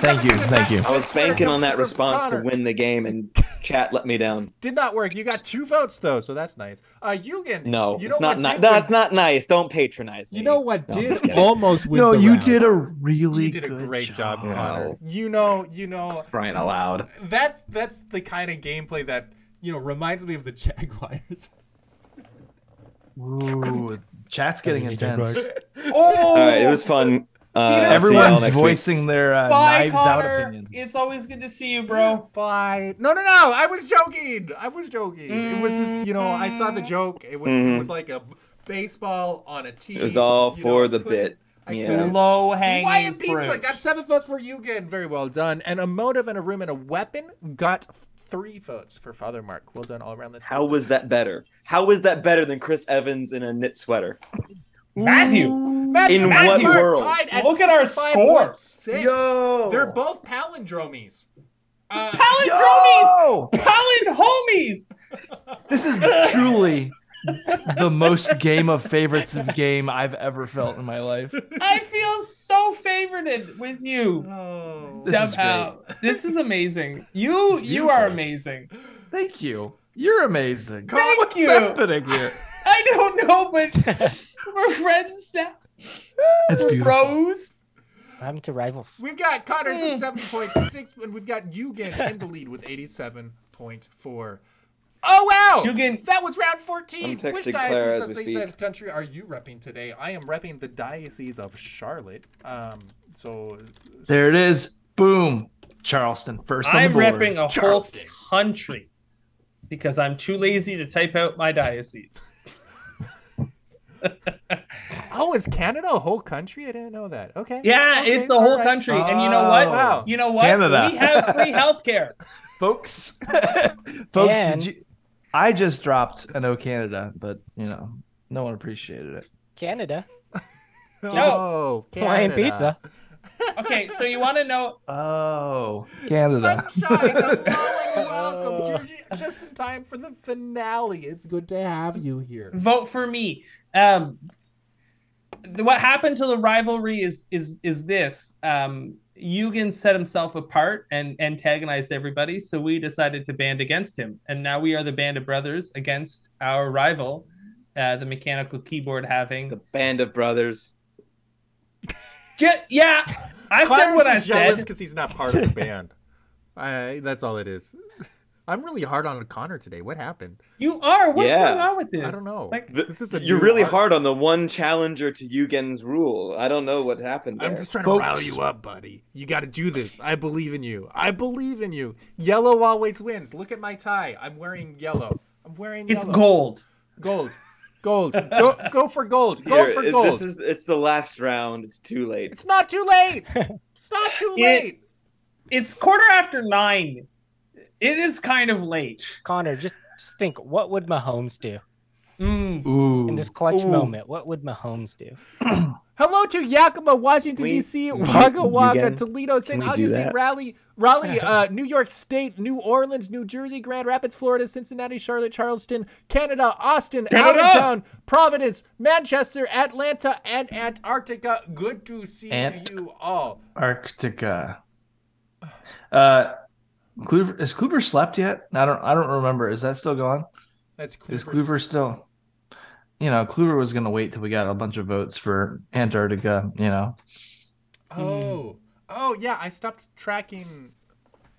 S4: Thank you, thank you.
S5: I was banking on that response to win the game, and chat let me down.
S2: Did not work. You got two votes though, so that's nice. Uh, Eugen.
S5: No,
S2: you know
S5: it's
S2: what
S5: not. Ni-
S2: did
S5: no,
S2: win-
S5: it's not nice. Don't patronize me.
S9: You know what
S5: No, I'm just
S9: did
S5: kidding.
S9: almost win
S4: no,
S9: the
S4: you
S9: round.
S4: did a really
S2: You did a
S4: good
S2: great job,
S4: job.
S2: Connor. You know, you know,
S5: Crying aloud.
S2: that's that's the kind of gameplay that you know reminds me of the [LAUGHS] Jaguars.
S4: [LAUGHS] Ooh, chat's getting
S7: Easy,
S4: intense.
S5: All
S3: Oh,
S5: right, it was fun.
S3: Yeah.
S5: Uh, I'll see y'all
S4: Everyone's
S5: next week.
S4: voicing their uh,
S3: Bye,
S4: Knives Out
S3: Connor.
S4: opinions.
S3: It's always good to see you, bro.
S2: Bye. No, no, no. I was joking. I was joking. It was just you know I saw the joke. It was it
S5: Mhm.
S2: was like a baseball on a tee.
S5: It was all
S2: you know,
S5: for
S2: I
S5: the
S2: couldn't-
S5: bit.
S2: I
S5: Yeah.
S2: couldn't-
S3: Low
S2: Hawaiian
S3: hanging
S2: pizza
S3: fruit.
S2: got seven votes for Eugen. Very well done. And a motive and a room and a weapon got three votes for Father Mark. Well done all around this.
S5: How was that better? How was that better than Chris Evans in a knit sweater?
S3: Matthew.
S2: Matthew
S5: in
S2: Matthew
S5: what
S2: Mark
S5: world?
S2: tied at
S3: Look at our
S2: 65.6.
S4: Yo.
S2: They're both palindromies. Uh,
S3: Palindromies.
S4: Yo!
S3: Palin homies.
S4: This is truly the most game of favorites of game I've ever felt in my life.
S3: I feel so favorited with you.
S2: [LAUGHS]
S4: This is
S3: somehow. This is
S4: [LAUGHS]
S3: amazing. You
S4: It's
S3: you are
S4: beautiful.
S3: amazing.
S4: Thank you. You're amazing.
S3: Thank
S4: What's
S3: you.
S4: happening here?
S3: I don't know, but
S4: [LAUGHS]
S3: we're friends now.
S4: That's
S3: we're
S4: beautiful.
S3: bros.
S7: I'm to rivals.
S2: We've got Connor
S3: Mm.
S2: with 7.6, and we've got Eugen in the lead with 87.4. Oh, wow!
S3: Eugen-
S2: That was round
S5: I'm
S2: 14.
S5: texting
S2: Which
S5: Clara
S2: diocese of
S5: as we
S2: the
S5: speak.
S2: Station Country are you repping today? I am repping the Diocese of Charlotte. Um, so,
S4: [LAUGHS] There it is. Boom. Charleston. First on the
S3: I'm
S4: board.
S3: repping a whole country because I'm too lazy to type out my diocese.
S2: oh, is Canada a whole country? I didn't know that. Okay.
S3: Yeah,
S2: Okay,
S3: it's the whole
S2: alright.
S3: country. And you know what?
S4: Oh.
S2: Wow.
S3: You know what?
S4: Canada.
S3: We have
S2: [LAUGHS]
S3: free healthcare.
S4: [LAUGHS] folks. [LAUGHS] folks,
S7: And-
S4: did you? I just dropped an O Canada, but you know, no one appreciated it.
S7: Canada.
S2: Oh,
S7: Hawaiian
S2: Canada.
S7: pizza.
S3: Okay, so you want to know
S4: Oh, Canada.
S2: Sunshine, a
S3: [LAUGHS]
S2: glowing welcome. Georgie, just in time for the finale. It's good to have you here.
S3: vote for me. Um, th- what happened to the rivalry is is is this. Um, Eugen set himself apart and antagonized everybody, so we decided to band against him, and now we are the band of brothers against our rival, uh, the mechanical keyboard having.
S5: The band of brothers.
S3: Ju- yeah, I said
S2: Cyrus
S3: what I
S2: is jealous
S3: said.
S2: because he's not part of the band. [LAUGHS] I, that's all it is. I'm really hard on Connor today. What happened?
S3: You are. What's
S5: Yeah.
S3: going on with this?
S2: I don't know.
S3: Like,
S5: The-
S2: This is a
S5: you're
S2: new
S5: really
S2: art-
S5: hard on the one challenger to Yugen's rule. I don't know what happened. There.
S2: I'm just trying to
S4: Folks.
S2: rile you up, buddy. You got to do this. I believe in you. I believe in you. Yellow always wins. Look at my tie. I'm wearing yellow. I'm wearing
S3: it's
S2: yellow.
S3: gold.
S2: Gold. Gold. Go, go for gold. Go
S5: Here,
S2: for
S5: it-
S2: gold.
S5: This is it's the last round. It's too late.
S2: It's not too
S3: [LAUGHS]
S2: late. It's not too late.
S3: It's it's quarter after nine. It is kind of late.
S7: Connor, just, just think, what would Mahomes do
S3: Mm.
S4: Ooh.
S7: in this clutch
S3: Ooh.
S7: moment? What would Mahomes do?
S2: Hello to Yakima, Washington
S5: We-
S2: D.C.,
S5: we-
S2: Wagga
S5: you
S2: Wagga,
S5: again?
S2: Toledo, St.
S5: we do
S2: Augustine,
S5: that?
S2: Raleigh, Raleigh, uh, New York State, New Orleans, New Jersey, Grand Rapids, Florida, Cincinnati, Charlotte, Charleston, Canada, Austin,
S3: Canada!
S2: Allentown, Providence, Manchester, Atlanta, and Antarctica. Good to see
S4: Ant-
S2: you all.
S4: Arctica. Uh, Kluver is Kluver slept yet? I don't. I don't remember. Is that still going?
S2: That's Kluver's-
S4: Is Kluver still? You know, Kluver was gonna wait till we got a bunch of votes for Antarctica. You know,
S2: Oh, oh yeah. I stopped tracking.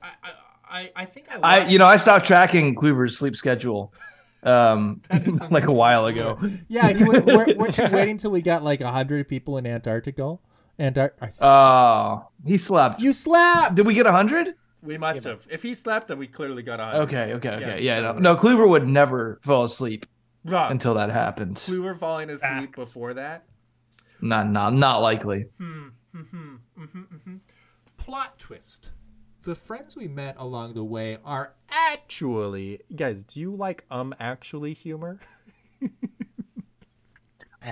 S2: I, I, I, I think I.
S4: I
S2: lost-
S4: you know I stopped tracking Kluver's sleep schedule, um,
S9: [LAUGHS]
S2: That is
S4: [LAUGHS] like a
S2: something
S4: while
S2: to
S4: ago.
S9: Yeah, he, [LAUGHS] we're, we're, we're just waiting till we got like hundred people in Antarctica. Antar-
S4: Oh, he slept.
S9: you slap.
S4: Did we get a hundred?
S2: we must have. If he slept, then we clearly got on.
S4: Okay, okay, okay. Yeah, no,
S2: so-
S4: no, Kluver would never fall asleep
S2: Nah,
S4: until that happened.
S2: Kluver falling asleep
S3: Facts.
S2: before that.
S4: Not, not, not likely.
S2: Hmm. hmm hmm hmm Plot twist. The friends we met along the way are actually guys, do you like um actually humor?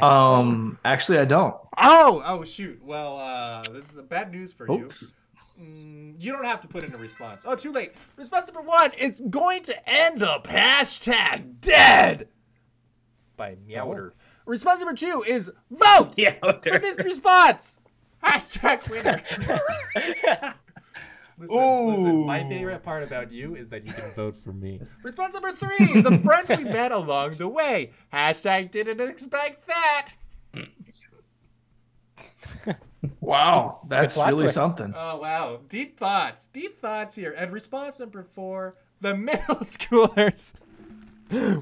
S4: Um, actually, I don't.
S2: Oh, oh shoot. Well, uh this is a bad news for
S4: Oops.
S2: you. Mm, you don't have to put in a response. Oh, too late. Response number 1, it's going to end up hashtag dead by Meowder. Response number 2 is vote for
S3: Oh. Meowder.
S2: this
S3: [LAUGHS]
S2: response. Hashtag winner. Listen, listen, my
S3: Ooh.
S2: favorite part about you is that you
S3: [LAUGHS]
S2: can vote for me. Response number three, the friends we met along the way. Hashtag didn't expect that.
S4: Wow, that's
S7: plot
S4: really
S7: twist.
S4: something.
S9: Uh,
S2: Oh, wow. Deep thoughts. Deep thoughts here. And response number four, the [LAUGHS] middle schoolers.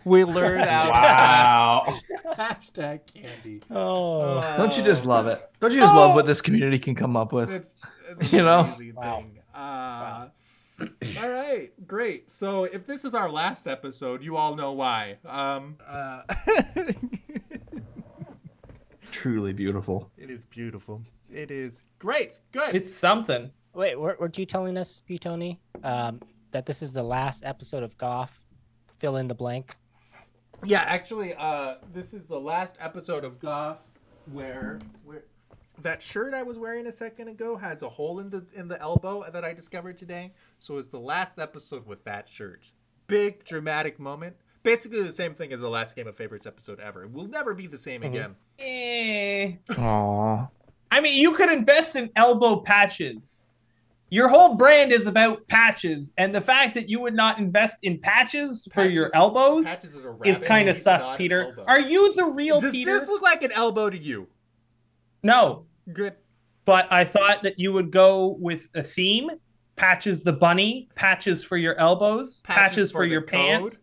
S2: We
S4: [LAUGHS]
S2: learn out.
S4: Wow,
S2: Hashtag candy.
S7: Oh,
S4: don't you just love it? Don't you just
S9: oh.
S4: love what this community can come up with?
S2: It's, it's
S4: You
S2: you
S4: know?
S2: know. Thing. Uh, [CLEARS THROAT] All right, great. So if this is our last episode, you all know why. Um, uh, [LAUGHS]
S4: Truly beautiful.
S2: it is beautiful. It is great. Good.
S3: It's something.
S7: wait, were, weren't you telling us, Butoni, um, that this is the last episode of Goff? Fill in the blank.
S2: yeah, actually, uh, this is the last episode of Goth where where that shirt I was wearing a second ago has a hole in the in the elbow that I discovered today. So it's the last episode with that shirt. Big dramatic moment. basically the same thing as the last Game of Favorites episode ever. It will never be the same
S3: Mm-hmm.
S2: again.
S3: Eh.
S4: Aww.
S3: I mean, you could invest in elbow patches. Your whole brand is about patches, and the fact that you would not invest in patches, for your elbows
S2: Patches is a
S3: is
S2: rabbit,
S3: kind of
S2: not
S3: sus,
S2: an
S3: Peter.
S2: elbow.
S3: Are you the real
S2: Does
S3: Peter?
S2: this look like an elbow to you?
S3: No,
S2: Good.
S3: but I thought that you would go with a theme: patches the bunny, patches for your elbows, patches, for,
S2: the
S3: your
S2: code?
S3: pants,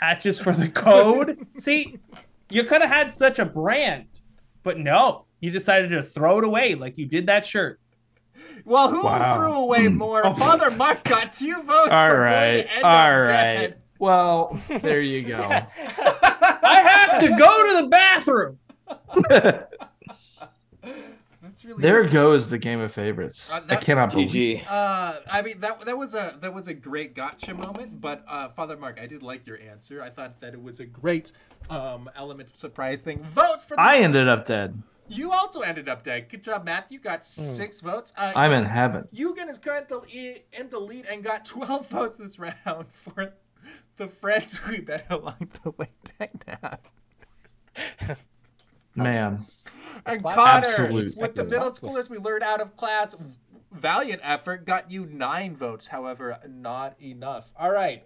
S3: patches for the code. [LAUGHS] See, you could have had such a brand, but no, you decided to throw it away like you did that shirt.
S2: Well, who
S4: Wow.
S2: threw away
S3: Hmm.
S2: more? Father Mark got two votes.
S4: [LAUGHS] All
S2: for
S4: right.
S2: Good and
S4: All
S2: Not Dead.
S4: right. [LAUGHS] Well, there you go.
S3: I have to go to the bathroom.
S2: That's really
S4: There goes the game of favorites.
S2: Uh,
S4: I
S2: that-
S4: cannot believe.
S5: GG.
S2: Uh, I mean that that was a that was a great gotcha moment, but uh, Father Mark, I did like your answer. I thought that it was a great um, element of surprise thing. Vote for the
S4: I ended up dead.
S2: You also ended up dead. Good job, Matthew. Got
S3: Hmm.
S2: six votes. Uh,
S4: I'm in heaven.
S2: Eugen is currently in the lead and got 12 [LAUGHS] votes this round for the friends we met along the way back now.
S4: Man.
S2: And
S7: Wow.
S2: Connor,
S4: Absolute.
S2: with the
S7: Wow.
S2: middle schoolers we lured out of class, valiant effort got you nine votes. However, not enough. All right,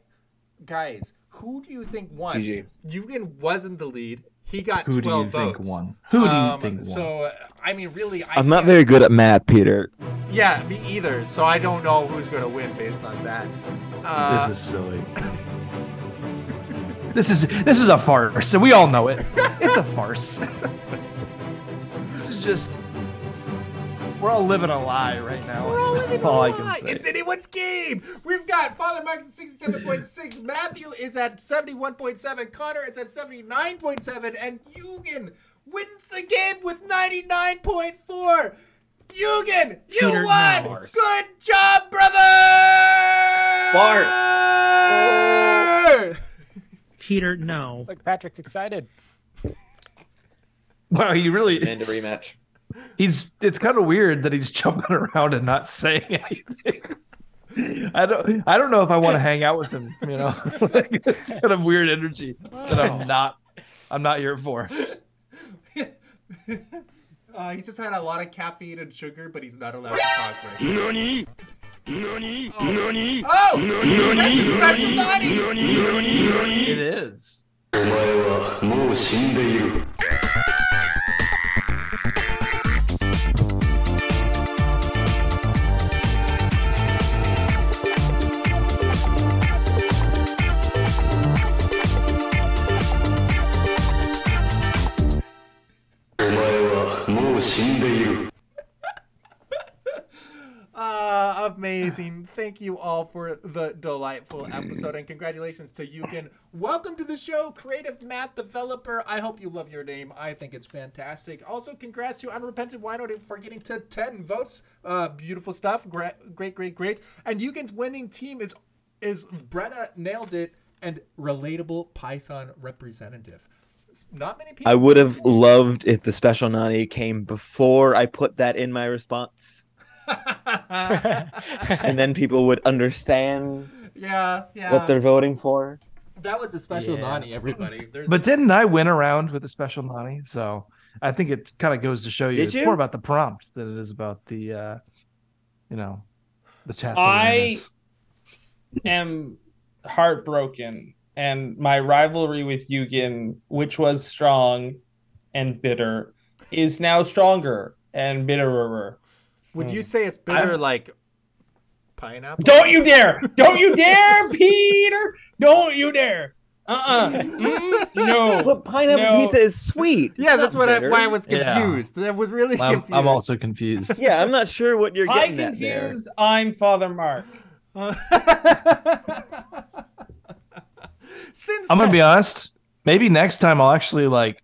S2: guys, who do you think won?
S5: GG.
S2: Eugen was in the lead. He got
S4: Who do
S2: 12
S4: you
S2: votes.
S4: think won? Who do you
S2: Um,
S4: think won?
S2: So, uh, I mean, really, I
S10: I'm not
S2: can't-
S10: very good at math, Peter.
S2: Yeah, me either. So I don't know who's gonna win based on that. Uh,
S4: this is silly. [LAUGHS] this is this is a farce, and we all know it. [LAUGHS] It's a farce. [LAUGHS] this is just we're all living a lie right now.
S2: We're all
S4: That's
S2: living
S4: all
S2: a
S4: I can
S2: lie.
S4: say.
S2: It's anyone's game. We've got Father Mark at 67.6, Matthew is at 71.7, Connor is at 79.7, and Eugen wins the game with 99.4. Eugen, you
S3: Peter,
S2: won!
S3: no. Bars.
S2: Good job, brother! Oh.
S11: Peter, no.
S7: Look, Patrick's excited. [LAUGHS]
S4: wow, he really
S5: And a rematch.
S4: he's it's kind of weird that he's [LAUGHS] jumping around and not saying anything. I don't I don't know if I want to hang out with him, you know. [LAUGHS] like, it's kind of weird energy that I'm not I'm not here for.
S2: [LAUGHS] Uh, he's just had a lot of caffeine and sugar, but he's not allowed to talk right now.
S1: Nani? Nani? Nani?
S2: Oh!
S1: Nani?
S2: That's the body!
S1: Nani? Nani?
S4: It is.
S1: お前はもう死んでいる。お前はもう死んでいる。
S2: Uh, amazing. Thank you all for the delightful episode and congratulations to Yukin. Welcome to the show, creative math developer. I hope you love your name. I think it's fantastic. Also, congrats to Unrepentant Wino for getting to 10 votes. Uh, beautiful stuff. Gra- great, great, great. And Yukin's winning team is is Brenna nailed it and relatable Python representative. Not many people
S5: I would have loved if the special Nani came before I put that in my response. and then people would understand
S2: [LAUGHS] Yeah, yeah.
S5: what they're voting for.
S2: That was a special
S7: Yeah.
S2: Nani, everybody. There's
S4: But didn't I win around with a special Nani? So I think it kind of goes to show you
S5: Did
S4: it's
S5: you?
S4: more about the prompt than it is about the uh you know the chat's
S3: I-
S4: awareness.
S3: am heartbroken and my rivalry with Yugen, which was strong and bitter, is now stronger and bitterer.
S2: Would you say it's bitter
S4: Hmm. I'm-
S2: like pineapple?
S3: Don't you dare! Don't you dare, [LAUGHS] Peter! Don't you dare! Uh-uh. Mm, no.
S5: [LAUGHS] But pineapple
S3: No.
S5: pizza is sweet.
S2: Yeah,
S5: It's
S2: that's
S5: not
S2: what I,
S5: bitter.
S2: why I was
S4: Yeah.
S2: confused. That was really
S4: I'm,
S2: confused.
S4: I'm also confused.
S5: Yeah, I'm not sure what you're
S3: I
S5: getting at there.
S3: confused. I'm Father Mark.
S2: Since [LAUGHS]
S4: I'm gonna be honest. Maybe next time I'll actually like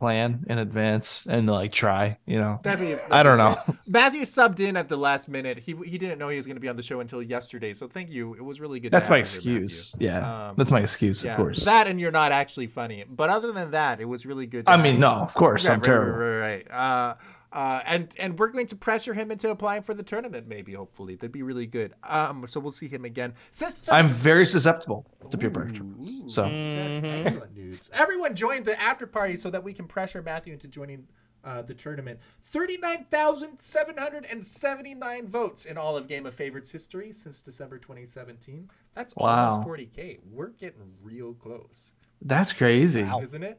S4: plan in advance and like try, you know.
S2: That'd be-
S4: I don't
S2: [LAUGHS]
S4: know.
S2: Matthew subbed in at the last minute. He he didn't know he was going to be on the show until yesterday. So thank you. It was really good. to
S4: That's
S2: have
S4: my
S2: you here, Matthew.
S4: excuse. Yeah.
S2: Um,
S4: That's my excuse,
S2: Yeah,
S4: of course.
S2: That and you're not actually funny. But other than that, it was really good. to
S4: I
S2: have
S4: mean,
S2: you.
S4: no, of course.
S2: Right,
S4: I'm
S2: right,
S4: terrible.
S2: Right, right, right. Uh,
S9: Uh, and and we're going to pressure him into applying for the tournament, maybe. Hopefully, that'd be really good. Um, so we'll see him again. Since
S4: I'm very susceptible to peer pressure. So
S2: Mm.
S9: that's excellent news. Everyone joined the after party so that we can pressure Matthew into joining uh, the tournament. 39,779 votes in all of Game of Favorites history since December 2017. That's
S4: Wow.
S9: almost 40K. We're getting real close,
S4: that's crazy.
S9: isn't it?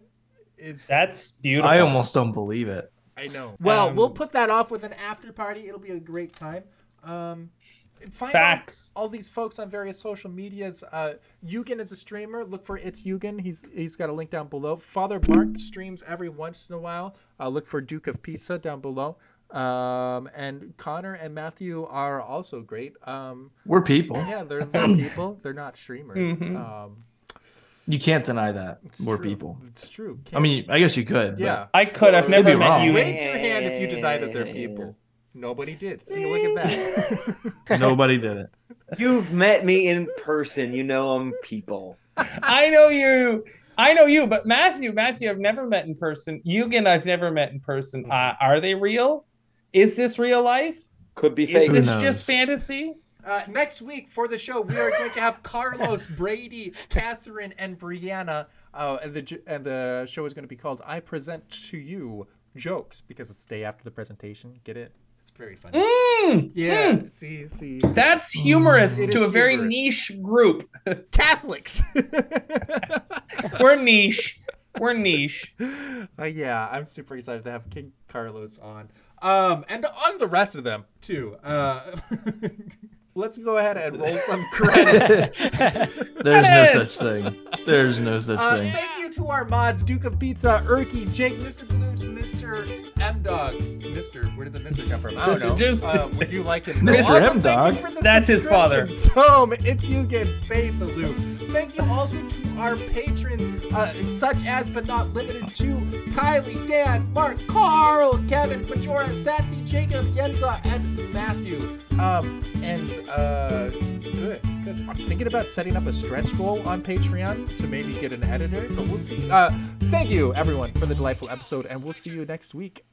S9: It's
S3: That's beautiful.
S4: I almost don't believe it.
S9: I know. Well,
S3: Um,
S9: we'll put that off with an after party. It'll be a great time. Um, find all-
S3: Facts.
S9: All, these folks on various social medias. Uh, Eugen is a streamer. Look for it's Eugen. He's he's got a link down below. Father Mark streams every once in a while. Uh, look for Duke of Pizza down below. Um, and Connor and Matthew are also great. Um,
S4: We're people.
S9: Yeah, they're, they're people. They're not streamers.
S4: Mhm.
S3: Mm-hmm.
S9: Um,
S4: You can't deny that. We're people.
S9: it's true.
S4: I mean, I guess you could.
S2: [LAUGHS]
S4: but
S9: Yeah.
S3: I could. I've
S4: you'd
S3: never
S4: be
S3: met
S4: wrong.
S3: you.
S9: Raise your hand if you deny that they're people. Nobody did. See, look at that.
S4: Nobody did it.
S5: You've met me in person. You know I'm people.
S3: [LAUGHS] I know you. I know you, but Matthew, Matthew, I've never met in person. Eugen, I've never met in person. Uh, are they real? Is this real life?
S5: Could be
S3: Is
S5: fake.
S3: this
S4: knows?
S3: just fantasy?
S9: Uh, next week for the show, we are going to have Carlos, Brady, Catherine, and Brianna. Uh, and the j- and the show is going to be called "I Present to You Jokes" because it's the day after the presentation. Get it? It's very funny.
S3: Mm,
S9: Yeah.
S3: mm.
S9: See, see.
S3: That's humorous
S9: It
S3: to a
S9: is
S3: very
S9: humorous.
S3: niche group.
S9: Catholics. [LAUGHS]
S3: We're niche. We're niche.
S9: Uh, yeah, I'm super excited to have King Carlos on. Um, and on the rest of them too. Uh, [LAUGHS] let's go ahead and roll some credits.
S4: There's no such
S2: [LAUGHS]
S4: thing. There's no such
S9: Uh,
S4: thing.
S9: thank you to our mods, Duke of Pizza, Erky, Jake, Mr. Blues, Mr. M Dog. Mr. Where did the Mr. come from? I don't know.
S3: Just-
S9: Uh, would you like it?
S4: Mr.
S9: Also,
S4: M Dog?
S9: [LAUGHS] thank you for the
S3: That's his father.
S9: subscriptions. Tom, it's you get Faith the Loop. Thank you also to our patrons, uh, such as but not limited to Kylie, Dan, Mark, Carl, Kevin, Majora, Satsy, Jacob, Yenza, and Matthew. Um, and uh, good, good. I'm thinking about setting up a stretch goal on Patreon to maybe get an editor, but we'll see. Uh, thank you everyone for the delightful episode, and we'll see you next week.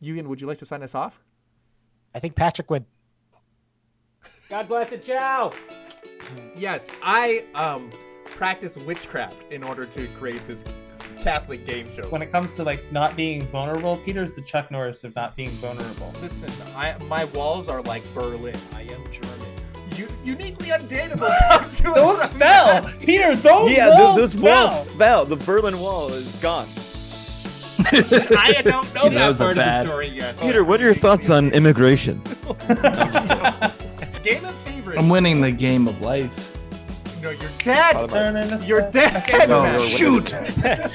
S9: Eugen, would you like to sign us off?
S7: I think Patrick would.
S9: God bless it, ciao. Yes, I um practice witchcraft in order to create this Catholic game show.
S3: When it comes to like not being vulnerable, Peter's the Chuck Norris of not being
S5: [LAUGHS]
S3: vulnerable.
S9: Listen, I my walls are like Berlin. I am German. You,
S3: [LAUGHS]
S9: uniquely undateable comes to us
S3: Those
S9: from
S3: fell,
S9: that.
S3: Peter. Those
S5: yeah,
S3: walls
S5: th- those
S3: fell.
S5: walls fell. The Berlin Wall is gone.
S9: [LAUGHS] I don't know
S4: You know,
S9: that
S4: those are
S9: part of the
S4: bad.
S9: story yet.
S5: Peter, what are your thoughts on immigration?
S9: Game of favorites.
S4: I'm winning the game of life.
S9: No, you're dead.
S3: Turning us
S9: You're
S3: back.
S9: dead.
S5: No,
S9: Matt.
S5: we're-
S4: Shoot!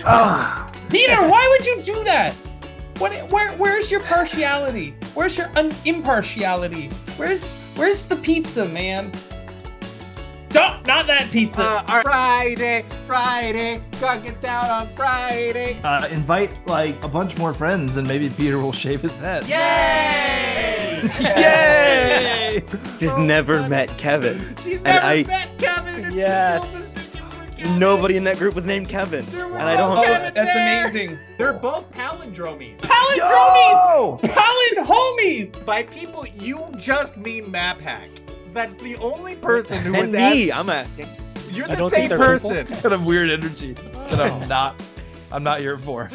S4: ah.
S5: [LAUGHS]
S3: Peter, why would you do that? What? Where? Where's your partiality? Where's your un- impartiality? Where's Where's the pizza, man? Don't, not that pizza.
S9: Uh, all right. Friday, Friday, gonna get down on Friday.
S4: uh, invite like a bunch more friends and maybe Peter will shave his head.
S9: Yay!
S4: Yay!
S5: She's never met Kevin.
S9: She's
S5: And
S9: never
S5: I-
S9: met Kevin, and
S5: Yes.
S9: she's still mistaken for Kevin.
S5: Nobody in that group was named Kevin.
S9: There were
S5: And I
S9: no
S5: don't.
S9: Kevins.
S3: oh, that's
S9: there.
S3: amazing.
S9: They're both palindromies.
S3: Palindromies, palin homies.
S9: By people, you just mean MapHack. That's the only person who
S5: And
S9: was
S5: me, I'm asking.
S9: asked. You're
S7: I
S9: the
S7: don't think
S9: same
S7: they're people.
S9: person.
S4: Kind of weird energy that I'm not. I'm not here for.